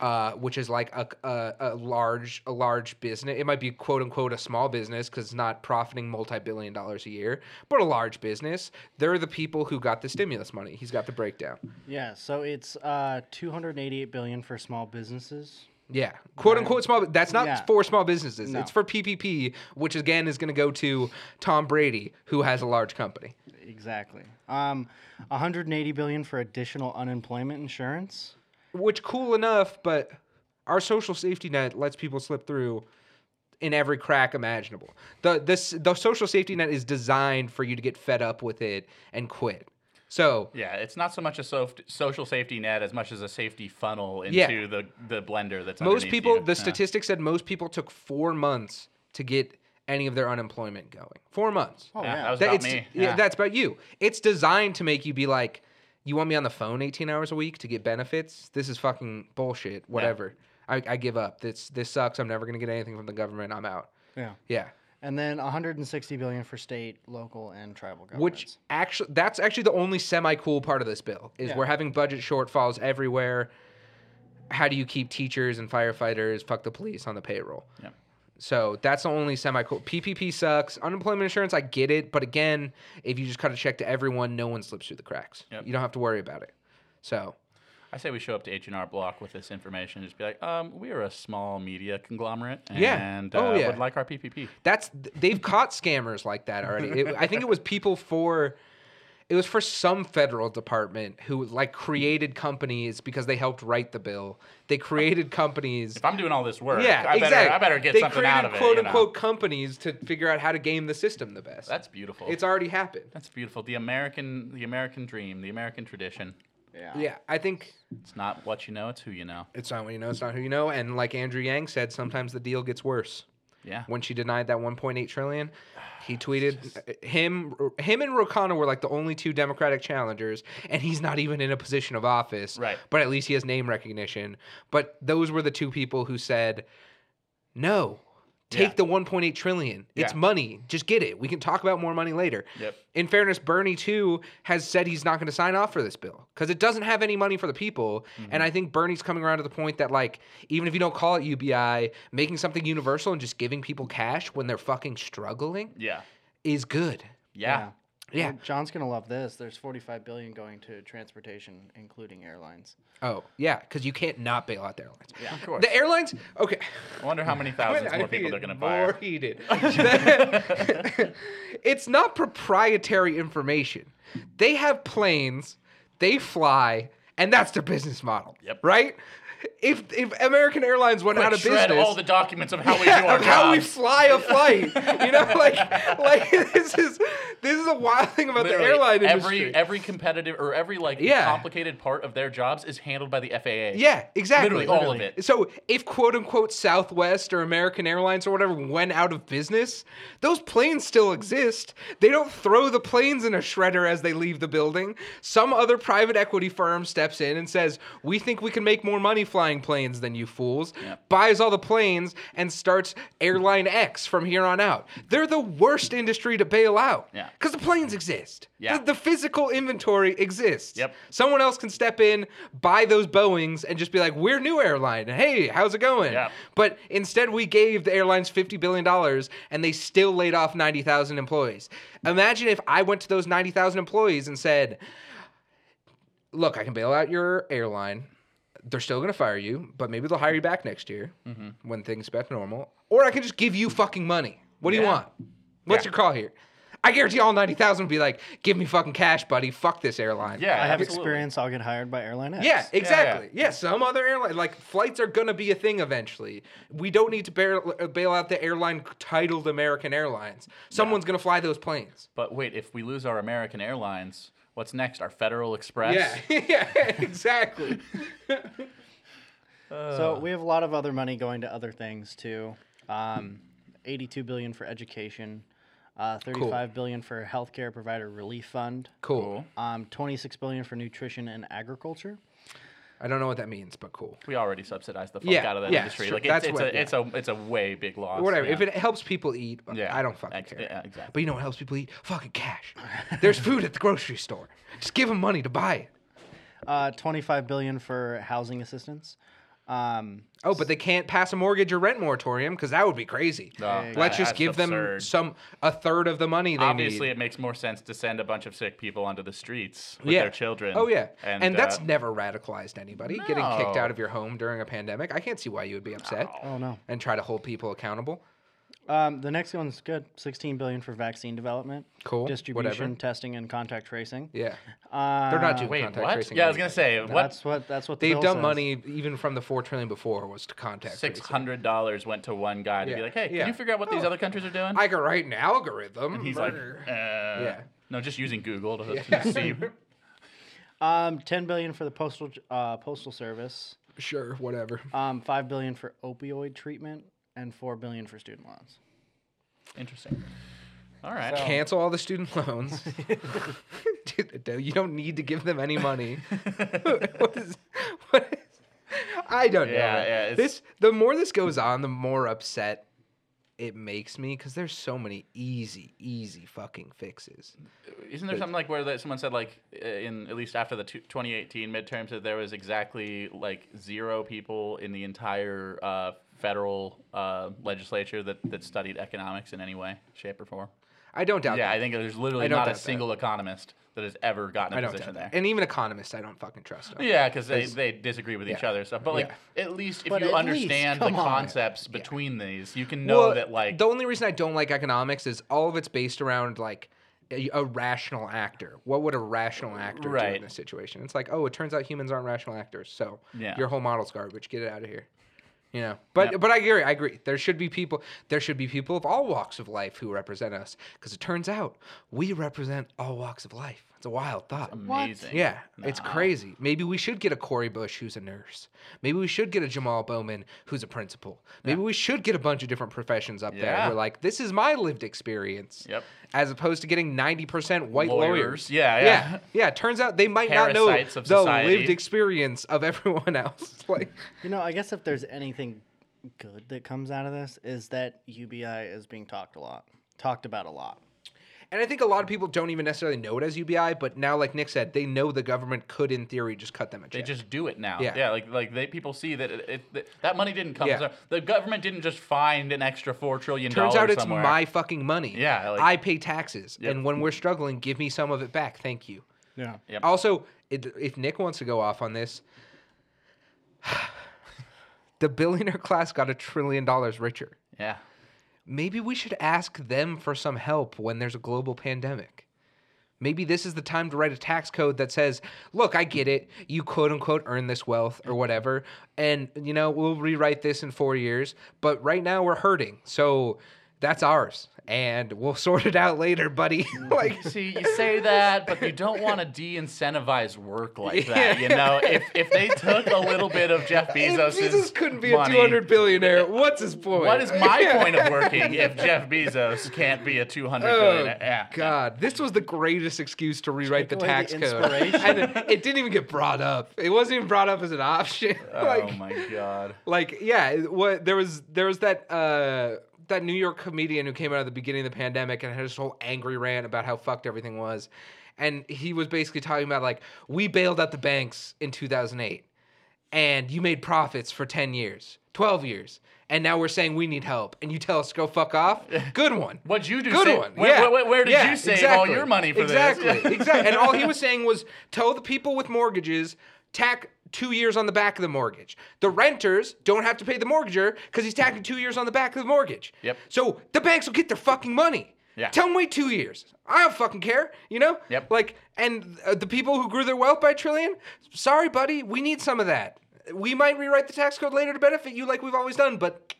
uh, which is like a, a, a large a large business. It might be quote unquote a small business because it's not profiting multi billion dollars a year, but a large business. They're the people who got the stimulus money. He's got the breakdown.
Yeah, so it's uh, 288 billion for small businesses.
Yeah, quote unquote small. That's not
Yeah.
for small businesses.
No.
It's for PPP, which again is going to go to Tom Brady, who has a large company.
Exactly. Um, 180 billion for additional unemployment insurance.
Which cool enough, but our social safety net lets people slip through in every crack imaginable. The this the social safety net is designed for you to get fed up with it and quit. So
Yeah, it's not so much a sof- social safety net as much as a safety funnel into
Yeah.
the, the blender that's
most
underneath
people
you.
the statistic said most people took four months to get any of their unemployment going. Four months. Oh
yeah. that was
That-
about
it's-
me.
Yeah. that's about you. It's designed to make you be like, you want me on the phone 18 hours a week to get benefits? This is fucking bullshit. Whatever. I, I give up. This this sucks. I'm never gonna get anything from the government. I'm out.
Yeah.
Yeah.
And then 160 billion for state, local, and tribal governments.
Which actually, that's actually the only semi cool part of this bill is
Yeah.
we're having budget shortfalls everywhere. How do you keep teachers and firefighters, fuck the police, on the payroll?
Yeah.
So that's the only semi cool. PPP sucks. Unemployment insurance, I get it, but again, if you just cut a check to everyone, no one slips through the cracks.
Yep.
You don't have to worry about it. So
I say we show up to H&R Block with this information and just be like, um, we are a small media conglomerate and
Yeah.
uh,
Oh, yeah.
would like our PPP.
that's they've caught scammers like that already. It, I think it was people for it was for some federal department who like created companies because they helped write the bill. They created companies.
If I'm doing all this work,
yeah,
I, better,
exactly.
I better get
they
something
created
out of it.
quote
you know?
unquote companies to figure out how to game the system the best.
That's beautiful.
it's already happened.
that's beautiful. The American, the American dream, the American tradition.
Yeah, I think
It's not what you know, it's who you know.
it's not what you know. It's not who you know. And like Andrew Yang said, sometimes the deal gets worse.
Yeah.
when she denied that 1.8 trillion he tweeted uh, him him and Rokana were like the only two democratic challengers and he's not even in a position of office
Right.
but at least he has name recognition but those were the two people who said no take
Yeah.
the 1.8 trillion it's
Yeah.
money just get it we can talk about more money later
Yep.
in fairness bernie too has said he's not going to sign off for this bill because it doesn't have any money for the people and i think bernie's coming around to the point that like even if you don't call it ubi making something universal and just giving people cash when they're fucking struggling
yeah.
is good
Yeah.
yeah
John's gonna love this. There's 45 billion going to transportation, including airlines.
oh yeah because you can't not bail out the airlines yeah of course the airlines okay
I wonder how many thousands
I
more
think
people they're
it's
going to
more
fire.
heated. it's not proprietary information. They have planes, they fly, and that's their business model.
Yep.
Right? If if American Airlines went out
Like,
of
shred
business,
all the documents of how we do
yeah,
our
of how we
jobs.
fly a flight. you know, like like this is this is a wild thing about
Literally,
the airline
every
industry.
every competitive or every like
Yeah.
complicated part of their jobs is handled by the FAA.
yeah, exactly.
literally all of it.
So if quote unquote Southwest or American Airlines or whatever went out of business, those planes still exist. They don't throw the planes in a shredder as they leave the building. Some other private equity firm steps in and says, "We think we can make more money flying planes than you fools." Buys all the planes and starts Airline X from here on out. They're the worst industry to bail out.
Yeah.
Cuz the planes exist.
Yeah.
The, the physical inventory exists.
Yep.
Someone else can step in, buy those Boeings, and just be like, "We're new airline. Hey, how's it going?"
Yep.
But instead, we gave the airlines fifty billion dollars, and they still laid off ninety thousand employees. Imagine if I went to those ninety thousand employees and said, "Look, I can bail out your airline. They're still gonna fire you, but maybe they'll hire you back next year
Mm-hmm.
when things back to normal. Or I can just give you fucking money. What do you
Yeah.
want? What's
Yeah.
your call here?" I guarantee all 90,000 would be like, give me fucking cash, buddy. Fuck this airline.
yeah.
I
I have
absolutely.
experience. I'll get hired by Airline X.
Yeah, exactly. Yeah, some other airline. Like, flights are going to be a thing eventually. We don't need to bail, uh, bail out the airline titled American Airlines. Someone's going to fly those planes.
But wait, if we lose our American Airlines, what's next? Our Federal Express.
Yeah, yeah, exactly. Uh.
So we have a lot of other money going to other things too. Um, 82 billion for education, uh, 35 billion for healthcare provider relief fund,
Cool.
um, 26 billion for nutrition and agriculture.
I don't know what that means, but cool.
We already subsidize the fuck
Yeah,
out of that
yeah,
industry.
sure,
Like it's,
that's
it's,
what-
a, it's a it's a way big loss.
Whatever.
Yeah.
If it helps people eat,
Yeah,
I don't fucking
ex-
care.
yeah, exactly.
But you know what helps people eat? Fucking cash. There's food at the grocery store. Just give them money to buy it.
Uh, 25 billion for housing assistance. Um,
Oh, but they can't pass a mortgage or rent moratorium because that would be crazy.
No,
Let's just
Uh, that's
give them
absurd.
some a third of the money they
Obviously,
need.
it makes more sense to send a bunch of sick people onto the streets with their children.
Oh yeah, and,
and,
that's
uh,
never radicalized anybody. Getting kicked
No.
out of your home during a pandemic, I can't see why you would be upset.
oh no.
And try to hold people accountable.
Um, the next one's good. 16 billion for vaccine development.
Cool, whatever.
Distribution, testing, and contact tracing.
Yeah,
Uh,
they're not doing
wait,
contact
what?
tracing.
Yeah, I was
anymore.
gonna say what
That's what. That's what the
They've
bill
done
says.
money even from the four trillion before was to contact
six
tracing.
hundred dollars went to one guy to
Yeah,
be like, hey,
yeah.
can you figure out what these
Oh.
other countries are doing?
I could write an algorithm.
He's like, uh,
Murder.
yeah. No, just using Google to, to see.
Um, 10 billion for the postal uh, postal service.
sure, whatever.
Um, five billion for opioid treatment and four billion for student loans.
Interesting. All right.
Cancel all the student loans. Dude, you don't need to give them any money. what is, what is, I don't know.
Yeah, yeah, it's-
This the more this goes on, the more upset it makes me because there's so many easy, easy fucking fixes.
Isn't there something like where that someone said like uh, in at least after the two- 2018 midterms that there was exactly like zero people in the entire uh, federal uh, legislature that, that studied economics in any way, shape, or form?
I don't doubt
Yeah,
that.
I think there's literally
I don't
not
doubt
a
that.
single economist that has ever gotten a
I don't doubt
position there.
that. And even economists, I don't fucking trust them.
Yeah, because they, they disagree with each other and stuff. But like, at least if
But
you
at least,
understand the
come on.
concepts between these, you can know
Well,
that like
the only reason I don't like economics is all of it's based around like a, a rational actor. What would a rational actor do in
Right.
this situation? It's like, oh, it turns out humans aren't rational actors, so
Yeah.
your whole model's garbage. Get it out of here. You know, but but I agree. I agree. There should be people. There should be people of all walks of life who represent us, because it turns out we represent all walks of life. It's a wild thought.
amazing.
Yeah, it's crazy. Maybe we should get a Corey Bush who's a nurse. Maybe we should get a Jamal Bowman who's a principal. Maybe we should get a bunch of different professions up there.
Yeah.
We're like, this is my lived experience.
Yep.
As opposed to getting 90% white lawyers.
Lawyers. Yeah, yeah.
Yeah. Yeah, Turns out they might not know
Parasites of
the
society.
lived experience of everyone else. like,
You know, I guess if there's anything good that comes out of this is that UBI is being talked a lot, talked about a lot.
And I think a lot of people don't even necessarily know it as UBI, but now, like Nick said, they know the government could, in theory, just cut them a check.
They just do it now.
Yeah.
Yeah, like like they people see that it, it, that, that money didn't come.
Yeah.
so- The government didn't just find an extra four trillion
Turns out
dollars
it's
somewhere.
my fucking money.
Yeah, like-
I pay taxes,
Yep.
and when we're struggling, give me some of it back. Thank you.
Yeah.
Yep.
Also, it, if Nick wants to go off on this, the billionaire class got a trillion dollars richer.
yeah.
Maybe we should ask them for some help when there's a global pandemic. Maybe this is the time to write a tax code that says, look, I get it. You quote unquote earn this wealth or whatever. And, you know, we'll rewrite this in four years. But right now we're hurting. So that's ours. And we'll sort it out later, buddy. like,
See, you say that, but you don't want to de-incentivize work like that. You know, if if they took a little bit of Jeff
if
Bezos,
Jesus couldn't be
money,
a 200 billionaire, what's his point?
What is my point of working if Jeff Bezos can't be a 200
Oh,
billionaire? Yeah.
God, this was the greatest excuse to rewrite the
away the
tax code,
inspiration.
and it, it didn't even get brought up. It wasn't even brought up as an option. like,
oh my God.
like yeah, it- what there was there was that uh, that New York comedian who came out at the beginning of the pandemic and had this whole angry rant about how fucked everything was, and he was basically talking about like we bailed out the banks in 2008, and you made profits for 10 years, 12 years. And now we're saying we need help, and you tell us go fuck off. Good one.
What'd you do
Good
sa-
one.
where-
yeah.
where- where did
Yeah,
you save all
exactly.
your money for this?
exactly. Exactly. And all he was saying was tell the people with mortgages, tack two years on the back of the mortgage. The renters don't have to pay the mortgager because he's tacking two years on the back of the mortgage.
Yep.
So the banks will get their fucking money.
Yeah.
Tell them wait two years. I don't fucking care. You know.
Yep.
Like, and uh, the people who grew their wealth by a trillion. Sorry, buddy. We need some of that. We might rewrite the tax code later to benefit you, like we've always done. But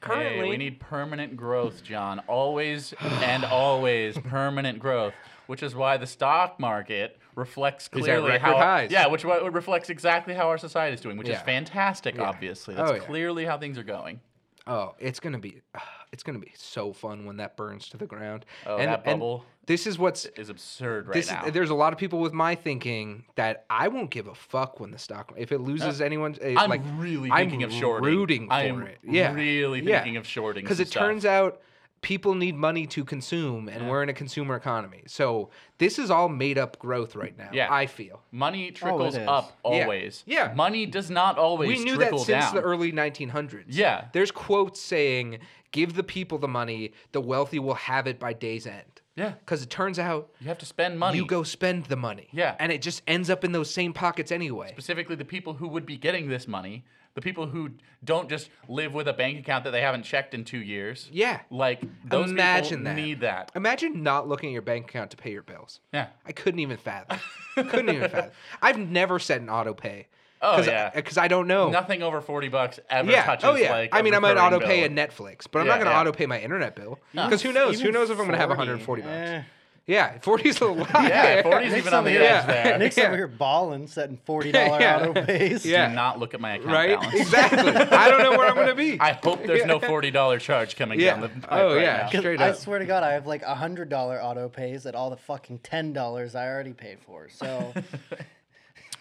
currently,
Hey, we need permanent growth, John. Always and always permanent growth, which is why the stock market reflects
at
clearly
record
how
highs.
yeah, which wa- reflects exactly how our society is doing, which is
Yeah.
fantastic. Obviously, that's
Oh, yeah.
clearly how things are going.
Oh, it's gonna be, it's gonna be so fun when that burns to the ground.
Oh, that bubble
this is what's
Is absurd right
this.
now.
Is, there's a lot of people with my thinking that I won't give a fuck when the stock if it loses anyone. eh,
Uh, I'm
like,
really
I'm
thinking of shorting.
Rooting for
I'm
it. Yeah,
really
yeah.
thinking of shorting some
it
stuff.
turns out people need money to consume, and we're in a consumer economy. So this is all made up growth right now.
Yeah.
I feel.
Money trickles
is.
up always.
Yeah.
Money does not always
we knew that
trickle
since
down.
the early 1900s.
Yeah.
There's quotes saying, give the people the money, the wealthy will have it by day's end.
Yeah.
Because it turns out
you have to spend money.
you go spend the money.
Yeah.
And it just ends up in those same pockets anyway.
specifically the people who would be getting this money, the people who don't just live with a bank account that they haven't checked in two years.
Yeah.
Like those
Imagine
people
that.
need that.
Imagine not looking at your bank account to pay your bills.
Yeah.
I couldn't even fathom. couldn't even fathom. I've never set an auto pay.
Oh,
Cause
yeah.
Because I, don't know.
Nothing over forty bucks ever
yeah.
touches
Oh yeah.
like.
I mean, I might auto pay a
a net.
Netflix, but I'm
Yeah,
not gonna
yeah.
auto pay my internet bill because who knows? Who
Even
knows if I'm gonna have
40,
140 bucks?
eh.
Yeah, 40 is a lot.
Yeah, forty's even on the
something-
edge
yeah.
there.
Nick's over here balling, setting forty dollar
Yeah.
auto pays.
Yeah.
Do not look at my account
Right?
balance.
Exactly. I don't know where I'm going to be.
I hope there's no forty dollar charge coming
Yeah.
down the pipe
Oh,
right
yeah.
now.
'Cause
Straight
I
up.
swear to God, I have like a hundred dollar auto pays at all the fucking ten dollars I already paid for. So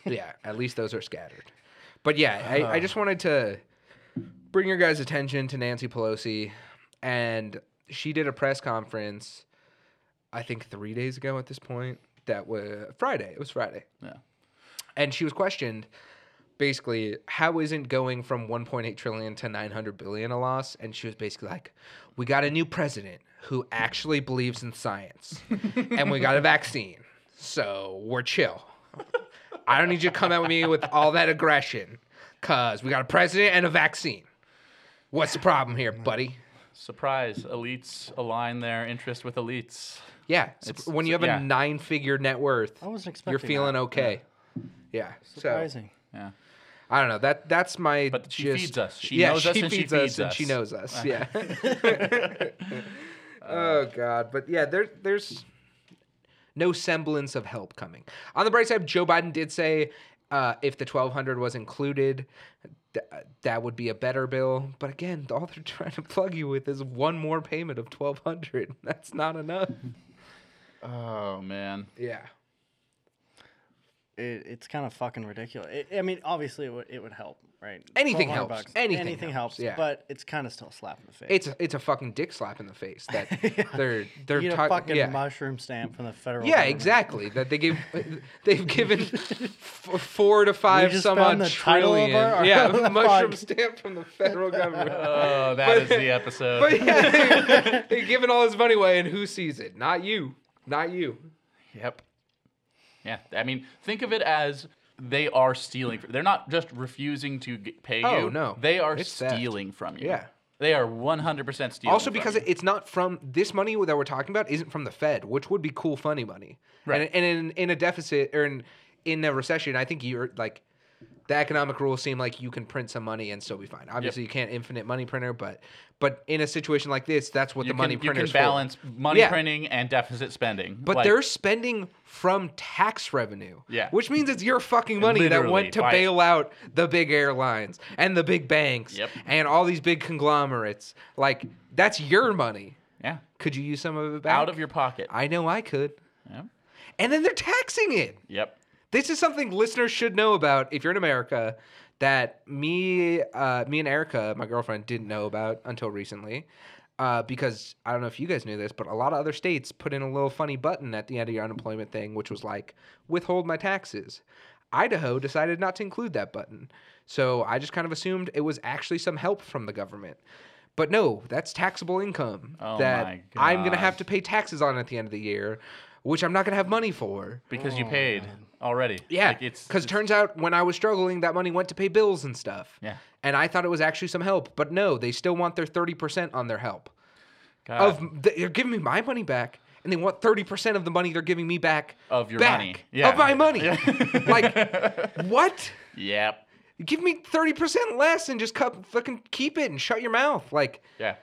yeah, at least those are scattered. But yeah, I, I just wanted to bring your guys' attention to Nancy Pelosi. And she did a press conference, I think three days ago at this point. That was Friday. It was Friday.
Yeah.
And she was questioned basically, how isn't going from 1.8 trillion to 900 billion a loss? And she was basically like, we got a new president who actually believes in science and we got a vaccine. So we're chill. I don't need you to come at me with all that aggression because we got a president and a vaccine. What's the problem here, buddy?
Surprise! Elites align their interest with elites.
Yeah. so
It's-
when you have
yeah.
a nine figure net worth,
I wasn't
you're
expecting
feeling
that.
okay. Yeah. so-
surprising.
Yeah.
I don't know. That that's my.
But she
gist.
feeds us. She knows us and she feeds
and she
us. Uh,
knows us. Yeah. oh God, but yeah, there's there's no semblance of help coming. On the bright side, Joe Biden did say uh, if the 1200 was included, th- that would be a better bill. But again, all they're trying to plug you with is one more payment of 1200. That's not enough.
Oh man.
Yeah.
It, it's kind of fucking ridiculous. It, I mean, obviously it would it would help, right?
Anything
1200
helps. Anything helps,
helps.
yeah.
But it's kind of still a slap in the face.
It's a, it's a fucking dick slap in the face that they're they're
you get a
talk-
fucking
yeah.
mushroom stamp from the federal.
Yeah,
government.
exactly. That they give, they've given f- four to five
just
some
found
odd
the title of
trillion.
our-
yeah,
our
mushroom
podcast. Uh.
stamp from the federal government.
Oh, that is the episode.
but yeah, they, are giving all his money away, and who sees it? Not you. Not you.
Yep. Yeah, I mean, think of it as they are stealing. They're not just refusing to g- pay you.
Oh, no.
they are
It's theft.
stealing from you.
Yeah.
They are 100% stealing.
Also,
from
because
you.
it- it's not from this money that we're talking about isn't from the Fed, which would be cool, funny money.
Right.
And, and in, in a deficit or in, in a recession, I think you're like the economic rules seem like you can print some money and still be fine. Obviously, you can't infinite money printer, but but in a situation like this, that's what
you
the money
can, you
printer
can balance money
Yeah.
printing and deficit spending.
But
Like,
they're spending from tax revenue.
Yeah.
Which means it's your fucking money that
Literally,
went to
buy it.
bail out the big airlines and the big banks
Yep.
and all these big conglomerates. Like, that's your money.
yeah,
Could you use some of it back?
out of your pocket.
I know I could.
Yeah.
And then they're taxing it.
Yep.
This is something listeners should know about if you're in America that me uh, me and Erica, my girlfriend, didn't know about until recently. Uh, because I don't know if you guys knew this, but a lot of other states put in a little funny button at the end of your unemployment thing, which was like, withhold my taxes. Idaho decided not to include that button. So I just kind of assumed it was actually some help from the government. But no, that's taxable income
Oh
that
my
I'm going to
God.
have to pay taxes on at the end of the year, which I'm not going to have money for.
Because you paid already.
Oh, Yeah,
Like,
because
it's
turns out when I was struggling, that money went to pay bills and stuff.
Yeah.
and I thought it was actually some help, but no, they still want their thirty percent on their help.
God.
Of th- they're giving me my money back, and they want thirty percent of the money they're giving me back
Of your
back,
money. Yeah.
of my money. like what?
Yep.
Give me thirty percent less and just cut, fucking keep it and shut your mouth. Like
Yeah.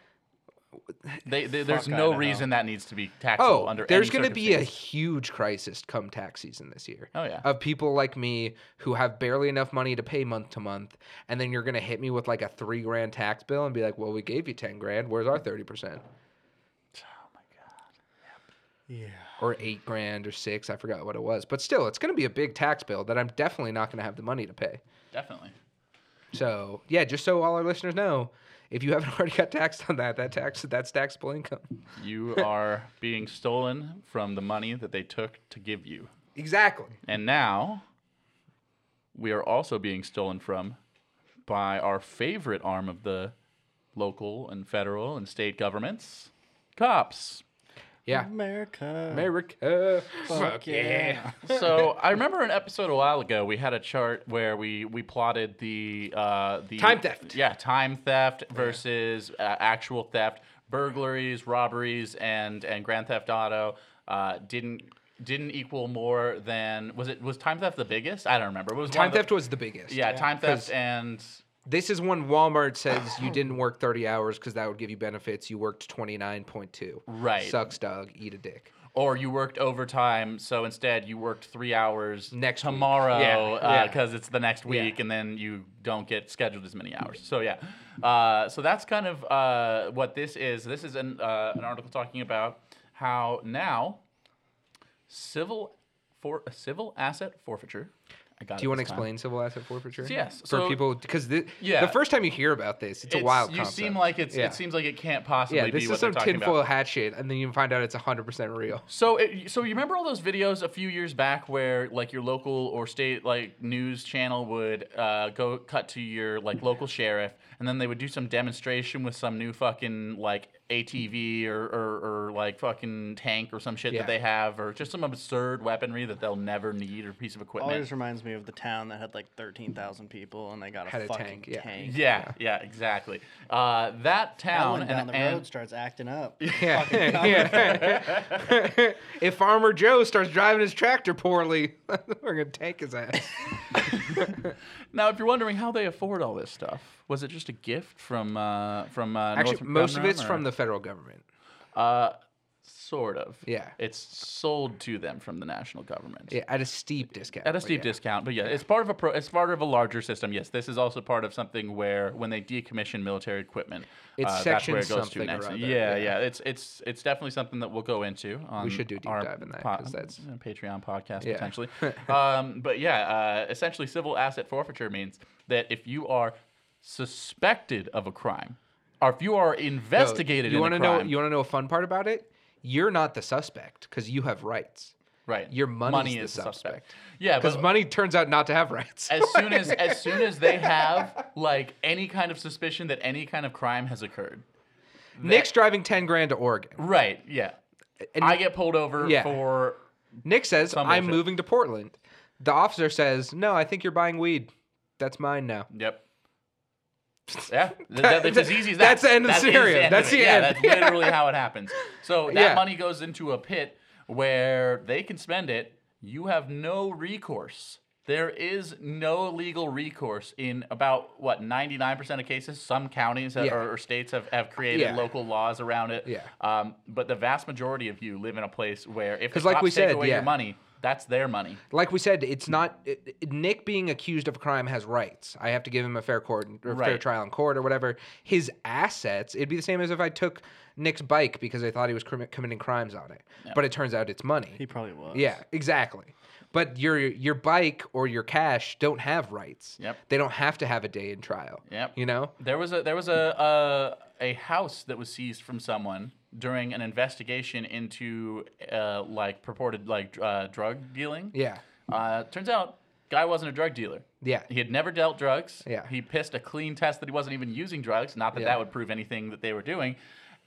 They, they, there's no reason that needs to be taxable
oh,
under
there's
going
gonna
to
be a huge crisis come tax season this year.
Oh, yeah.
of people like me who have barely enough money to pay month to month, and then you're gonna hit me with like a three grand tax bill and be like, "Well, we gave you ten grand. Where's our thirty percent?" Oh my god.
Oh,
Yeah. Or eight grand or six. I forgot what it was, but still, it's gonna be a big tax bill that I'm definitely not gonna have the money to pay.
Definitely.
So yeah, just so all our listeners know. If you haven't already got taxed on that, that tax that's taxable income.
You are being stolen from the money that they took to give you.
Exactly.
And now we are also being stolen from by our favorite arm of the local and federal and state governments cops.
Yeah.
America.
America.
Fuck yeah.
So I remember an episode a while ago. We had a chart where we we plotted the uh, the
Time theft.
Yeah, time theft versus uh, actual theft, burglaries, robberies, and and grand theft auto uh, didn't didn't equal more than was it was time theft the biggest? I don't remember. It was one
Time
of the-
theft was the biggest.
yeah, time theft
'Cause
and
This is when Walmart says you didn't work 30 hours because that would give you benefits. You worked 29.2.
Right.
Sucks, dog. Eat a dick.
or you worked overtime, so instead you worked three hours
Next week.
tomorrow
Yeah, yeah.
because it's the next week, and then you don't get scheduled as many hours. So yeah, uh, so that's kind of uh, what this is. This is an uh, an article talking about how now civil for uh, civil asset forfeiture. I got
Do you want to explain civil asset forfeiture?
Uh, Yes,
For
so-
people, because
Yeah.
the first time you hear about this, it's, a wild
You
concept.
seem like it's.
Yeah.
It seems like it can't possibly
Yeah,
be
this
what
is
they're
some
talking about.
tinfoil hat shit, and then you find out it's 100% real.
So, it, so you remember all those videos a few years back where like your local or state like news channel would uh, go cut to your like local sheriff, and then they would do some demonstration with some new fucking like ATV or or, or like fucking tank or some shit
Yeah.
that they have, or just some absurd weaponry that they'll never need or piece of equipment.
Always reminds me of the town that had like 13,000 people and they got a
Had a
fucking
tank, yeah.
yeah, yeah, exactly. Uh, that
That one
town
down
and,
the
and-
road starts acting up.
Yeah. yeah. if Farmer Joe starts driving his tractor poorly, we're going to tank his ass.
now, if you're wondering how they afford all this stuff, was it just a gift from uh, from uh,
Actually,
Northrop
most of
Grumman,
it's from
or-
the federal government.
Uh, sort of.
Yeah.
It's sold to them from the national government.
Yeah, at a steep discount.
At a
but
steep
yeah.
discount, but yeah, it's part of a pro, it's part of a larger system. Yes, this is also part of something where when they decommission military equipment, uh,
It's
that's where it
section
goes
something
to
or
next.
other,
Yeah, yeah,
yeah.
it's it's it's definitely something that we'll go into. On
should do deep
our
dive in that, 'cause that's-
uh, Patreon podcast
Yeah.
potentially. um, but yeah, uh, essentially, civil asset forfeiture means that if you are suspected of a crime, or if you are
So,
investigated
You
in
wanna
a
know?
crime,
You want to know a fun part about it? You're not the suspect because you have rights.
Right.
Your money's the
the
suspect.
Yeah,
Because
but
money turns out not to have rights.
as soon as as soon as they have like any kind of suspicion that any kind of crime has occurred.
Nick's driving ten grand to Oregon.
Right. Yeah.
And
I get pulled over
Yeah.
for
Nick says,
some
"I'm
bullshit.
moving to Portland." The officer says, "No, I think you're buying weed. That's mine now."
yep. Yeah, th- th- it's as easy as that.
That's the end of the
That is
serial.
of
That's
it.
the
yeah,
end.
That's
Yeah.
literally how it happens. So that
Yeah.
money goes into a pit where they can spend it. You have no recourse. There is no legal recourse in about what 99% of cases. Some counties have,
Yeah.
or, or states have, have created
Yeah.
local laws around it.
Yeah.
Um, but the vast majority of you live in a place where if the
'Cause like
cops
we
take
said,
away
yeah.
your money, that's their money.
like we said, it's not it, it- Nick being accused of a crime has rights. I have to give him a fair court or fair
Right.
trial in court or whatever. His assets, it'd be the same as if I took Nick's bike because I thought he was commi- committing crimes on it, but it turns out it's money.
He probably was.
yeah, exactly. But your your bike or your cash don't have rights.
Yep.
They don't have to have a day in trial.
Yep.
You know.
There was a there was a a, a house that was seized from someone during an investigation into uh, like purported like dr- uh, drug dealing.
Yeah.
Uh, turns out, guy wasn't a drug dealer.
Yeah.
He had never dealt drugs.
Yeah.
He pissed a clean test that he wasn't even using drugs. Not that
Yeah.
that would prove anything that they were doing,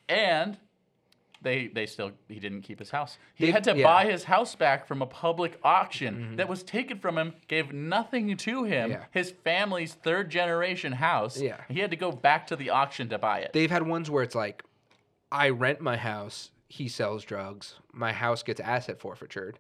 and. They, they still he didn't keep his house. He
Did-
had to
yeah. Mm-hmm.
buy his house back from a public auction that was taken from him, gave nothing to him.
Yeah.
His family's third generation house.
Yeah.
He had to go back to the auction to buy it.
They've had ones where it's like, I rent my house, he sells drugs, my house gets asset forfeited.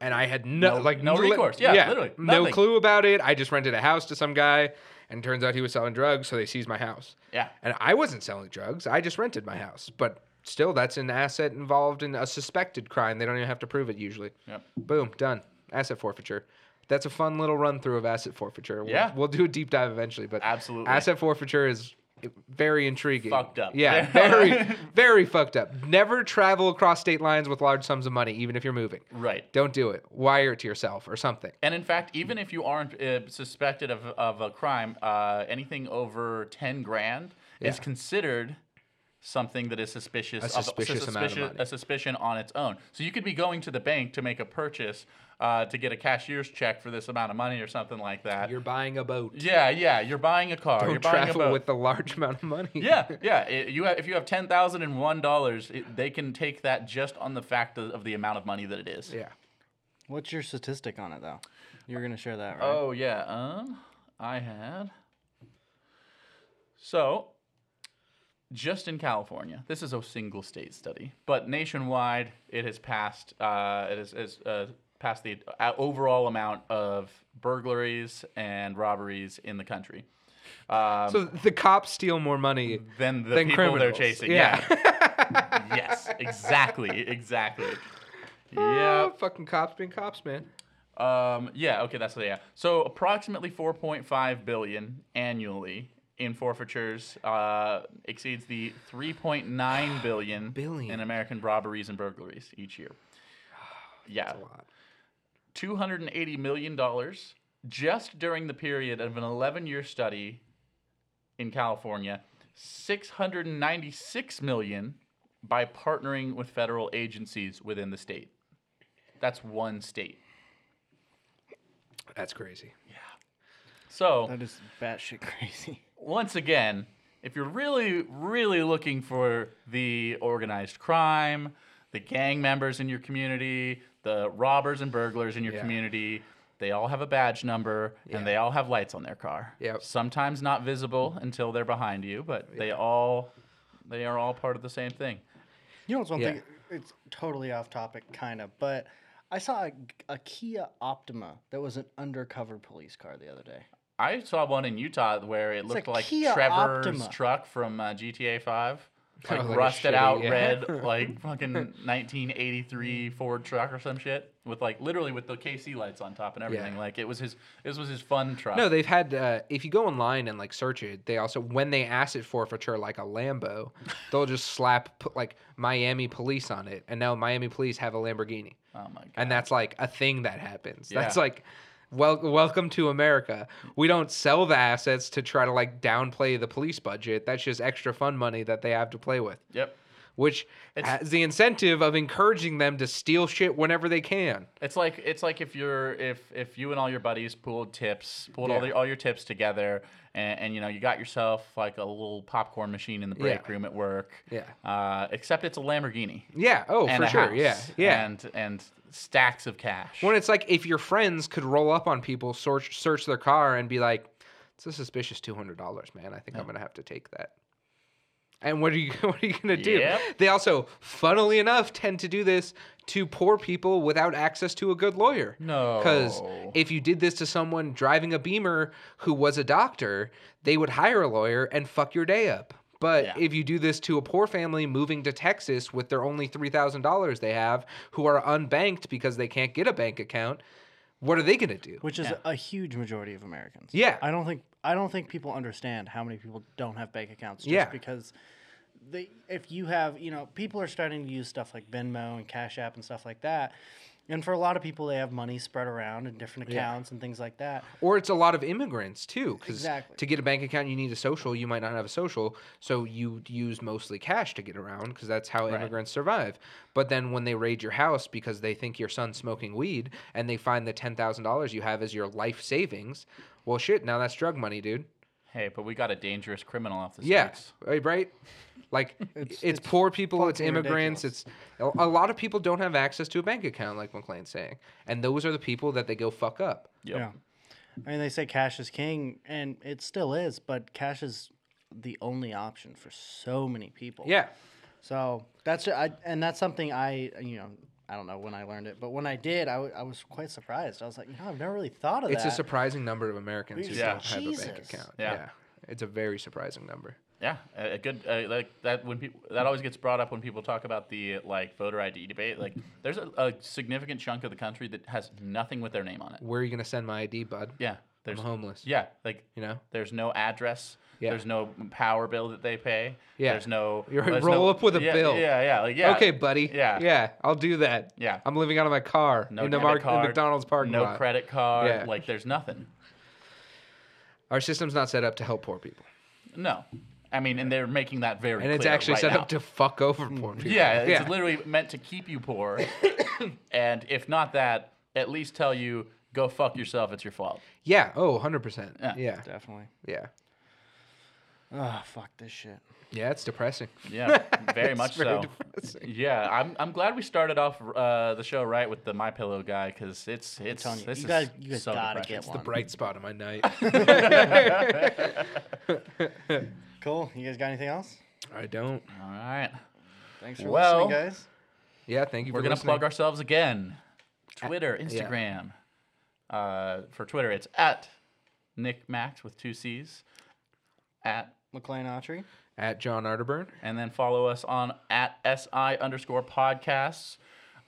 And I had no,
No-
like
no
li-
recourse. Yeah, literally,
No
nothing.
clue about it. I just rented a house to some guy and turns out he was selling drugs, so they seized my house.
Yeah.
And I wasn't selling drugs. I just rented my house. But still that's an asset involved in a suspected crime. They don't even have to prove it usually.
Yep.
Boom, done. Asset forfeiture. That's a fun little run through of asset forfeiture. We'll-
Yeah.
We'll, do a deep dive eventually, but
Absolutely.
Asset forfeiture is very intriguing
Fucked up.
yeah, very, very fucked up. Never travel across state lines with large sums of money, even if you're moving.
Right.
Don't do it. Wire it to yourself or something.
And in fact, even if you aren't uh, suspected of, of a crime, uh, anything over 10 grand is
Yeah.
considered something that is suspicious,
A
of-
suspicious amount of money.
a suspicion on its own. So you could be going to the bank to make a purchase uh, to get a cashier's check for this amount of money or something like that.
You're buying a boat.
yeah, yeah. You're buying a car.
Don't
you're buying a
travel
boat.
with a large amount of money.
yeah, yeah. i- you have, if you have ten thousand and one dollars, they can take that just on the fact of, of the amount of money that it is.
Yeah.
What's your statistic on it though? You're gonna share that, right?
Oh yeah. Um, I had. So, just in California, this is a single state study, but nationwide, it has passed. Uh, it has, has uh, passed the uh, overall amount of burglaries and robberies in the country. Um,
So the cops steal more money
than the
than
people
criminals.
they're chasing. Yeah. yes. Exactly. Exactly.
yeah.
Yeah.
Ah, Fucking cops being cops, man.
Um, yeah, okay, that's yeah. So approximately 4.5 billion annually in forfeitures uh, exceeds the 3.9 billion,
Billion.
in American robberies and burglaries each year. Yeah,
lot.
280 million dollars just during the period of an 11-year study in California. 696 million by partnering with federal agencies within the state. That's one state.
That's crazy.
So
That is batshit crazy.
once again, if you're really, really looking for the organized crime, the gang members in your community, the robbers and burglars in your
Yeah.
community, they all have a badge number and they all have lights on their car.
Yep.
Sometimes not visible until they're behind you, but they all they are all part of the same thing.
You know what's one
Yeah.
thing? It's totally off topic, kind of, but I saw a, a Kia Optima that was an undercover police car the other day.
I saw one in Utah where it
a
looked like
Kia
Trevor's
Optima.
truck from uh, GTA 5. Like,
Like a
rusted
shitty-
out
yeah.
red, like fucking 1983 Ford truck or some shit with like literally with the KC lights on top and everything.
Yeah.
Like it was his, this was his fun truck.
No, they've had. Uh, if you go online and like search it, they also when they asset forfeiture like a Lambo, they'll just slap put like Miami police on it, and now Miami police have a Lamborghini.
oh my god.
and that's like a thing that happens. That's
Yeah.
like, well, welcome to America. We don't sell the assets to try to like downplay the police budget. That's just extra fun money that they have to play with,
Yep.
which
It's-
has the incentive of encouraging them to steal shit whenever they can.
It's like it's like if you're if if you and all your buddies pooled tips, pooled all
Yeah.
the, all your tips together, and, and you know you got yourself like a little popcorn machine in the break
Yeah.
room at work.
Yeah.
Uh, except it's a Lamborghini.
Yeah. Oh, for
and a
sure.
house
Yeah. Yeah.
and and stacks of cash.
when it's like if your friends could roll up on people, search search their car, and be like. It's a suspicious two hundred dollars, man. I think I'm gonna have to take that. And what are you what are you gonna do?
Yep.
They also, funnily enough, tend to do this to poor people without access to a good lawyer. Because
No.
if you did this to someone driving a beamer who was a doctor, they would hire a lawyer and fuck your day up. But
Yeah.
if you do this to a poor family moving to Texas with their only three thousand dollars they have, who are unbanked because they can't get a bank account, what are they gonna do?
which is a huge majority of Americans.
Yeah.
I don't think I don't think people understand how many people don't have bank accounts just
Yeah.
because they if you have, you know, people are starting to use stuff like Venmo and Cash App and stuff like that. And for a lot of people they have money spread around in different accounts and things like that.
Or it's a lot of immigrants too, because
Exactly.
to get a bank account, you need a social. You might not have a social, so you use mostly cash to get around, because that's how immigrants survive. But then when they raid your house because they think your son's smoking weed, and they find the ten thousand dollars you have as your life savings, well, shit, now that's drug money, dude.
Hey, but we got a dangerous criminal off the
Yeah,
streets.
right. right? Like it's,
It's- it's
poor people, it's
fucking
immigrants, it's a a lot of people don't have access to a bank account, like McLean's saying, and those are the people that they go fuck up.
Yep.
Yeah. I mean they say cash is king and it still is, but cash is the only option for so many people.
Yeah,
So that's I, and that's something I you know I don't know when I learned it, but when I did, I, w- I was quite surprised. I was like, you know, I've never really thought of
It's
that.
a surprising number of Americans who
Yeah.
don't have a bank
Jesus.
account.
Yeah.
Yeah. It's a very surprising number.
Yeah, a, a good uh, like that when people that always gets brought up when people talk about the like voter ID debate. Like, there's a, a significant chunk of the country that has nothing with their name on it.
Where are you going to send my ID, bud?
Yeah,
I'm
there's
homeless.
yeah, like
You know?
there's no address.
Yeah.
There's no power bill that they pay.
Yeah.
There's no
You're
there's
roll
no-
up with a
yeah,
bill.
Yeah, yeah, like yeah.
Okay, buddy.
Yeah.
Yeah, I'll do that.
Yeah.
I'm living out of my car
No
in the
debit
mark- in
card,
McDonald's parking
No
lot.
credit card.
Yeah.
Like there's nothing.
Our system's not set up to help poor people.
No, I mean, and they're making that very.
And it's
clear
actually
right
set
now.
up to fuck over poor people.
Yeah, it's
yeah.
literally meant to keep you poor. and if not that, at least tell you go fuck yourself. It's your fault.
yeah. Oh, 100%. Yeah. Yeah.
definitely.
Yeah,
Oh fuck this shit.
it's depressing.
Yeah, very much
very
so. Yeah, I'm, I'm glad we started off uh, the show right with the My Pillow guy because it's it's
telling you,
this
you
is
guys- you guys
so
gotta
depressing.
get one.
Bright spot of my night.
Cool. You guys got anything else?
I don't.
All right,
Thanks for
Well,
listening, guys.
Yeah, thank you
we're
for
gonna
listening.
plug ourselves again. Twitter, Instagram. Uh, for Twitter, it's at Nick Max with two C's. At
McLean Autry.
At John Arterburn.
and then follow us on at si underscore podcasts.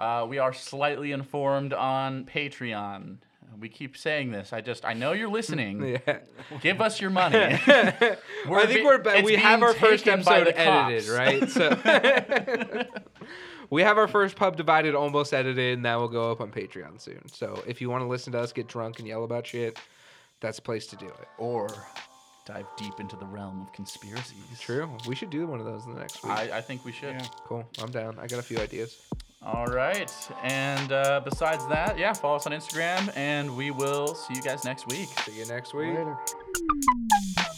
Uh, we are slightly informed on Patreon. We keep saying this. I just I know you're listening.
Yeah.
Give us your money. I
I think we're ba- we have our first episode edited, right? So we have our first pub divided almost edited, and that will go up on Patreon soon. So if you want to listen to us get drunk and yell about shit, that's a place to do it.
Or dive deep into the realm of conspiracies.
True. We should do one of those in the next week.
I, I think we should.
cool. I'm down. I got a few ideas.
All right. And uh, besides that, yeah, follow us on Instagram, and we will see you guys next week.
See you next week.
Later.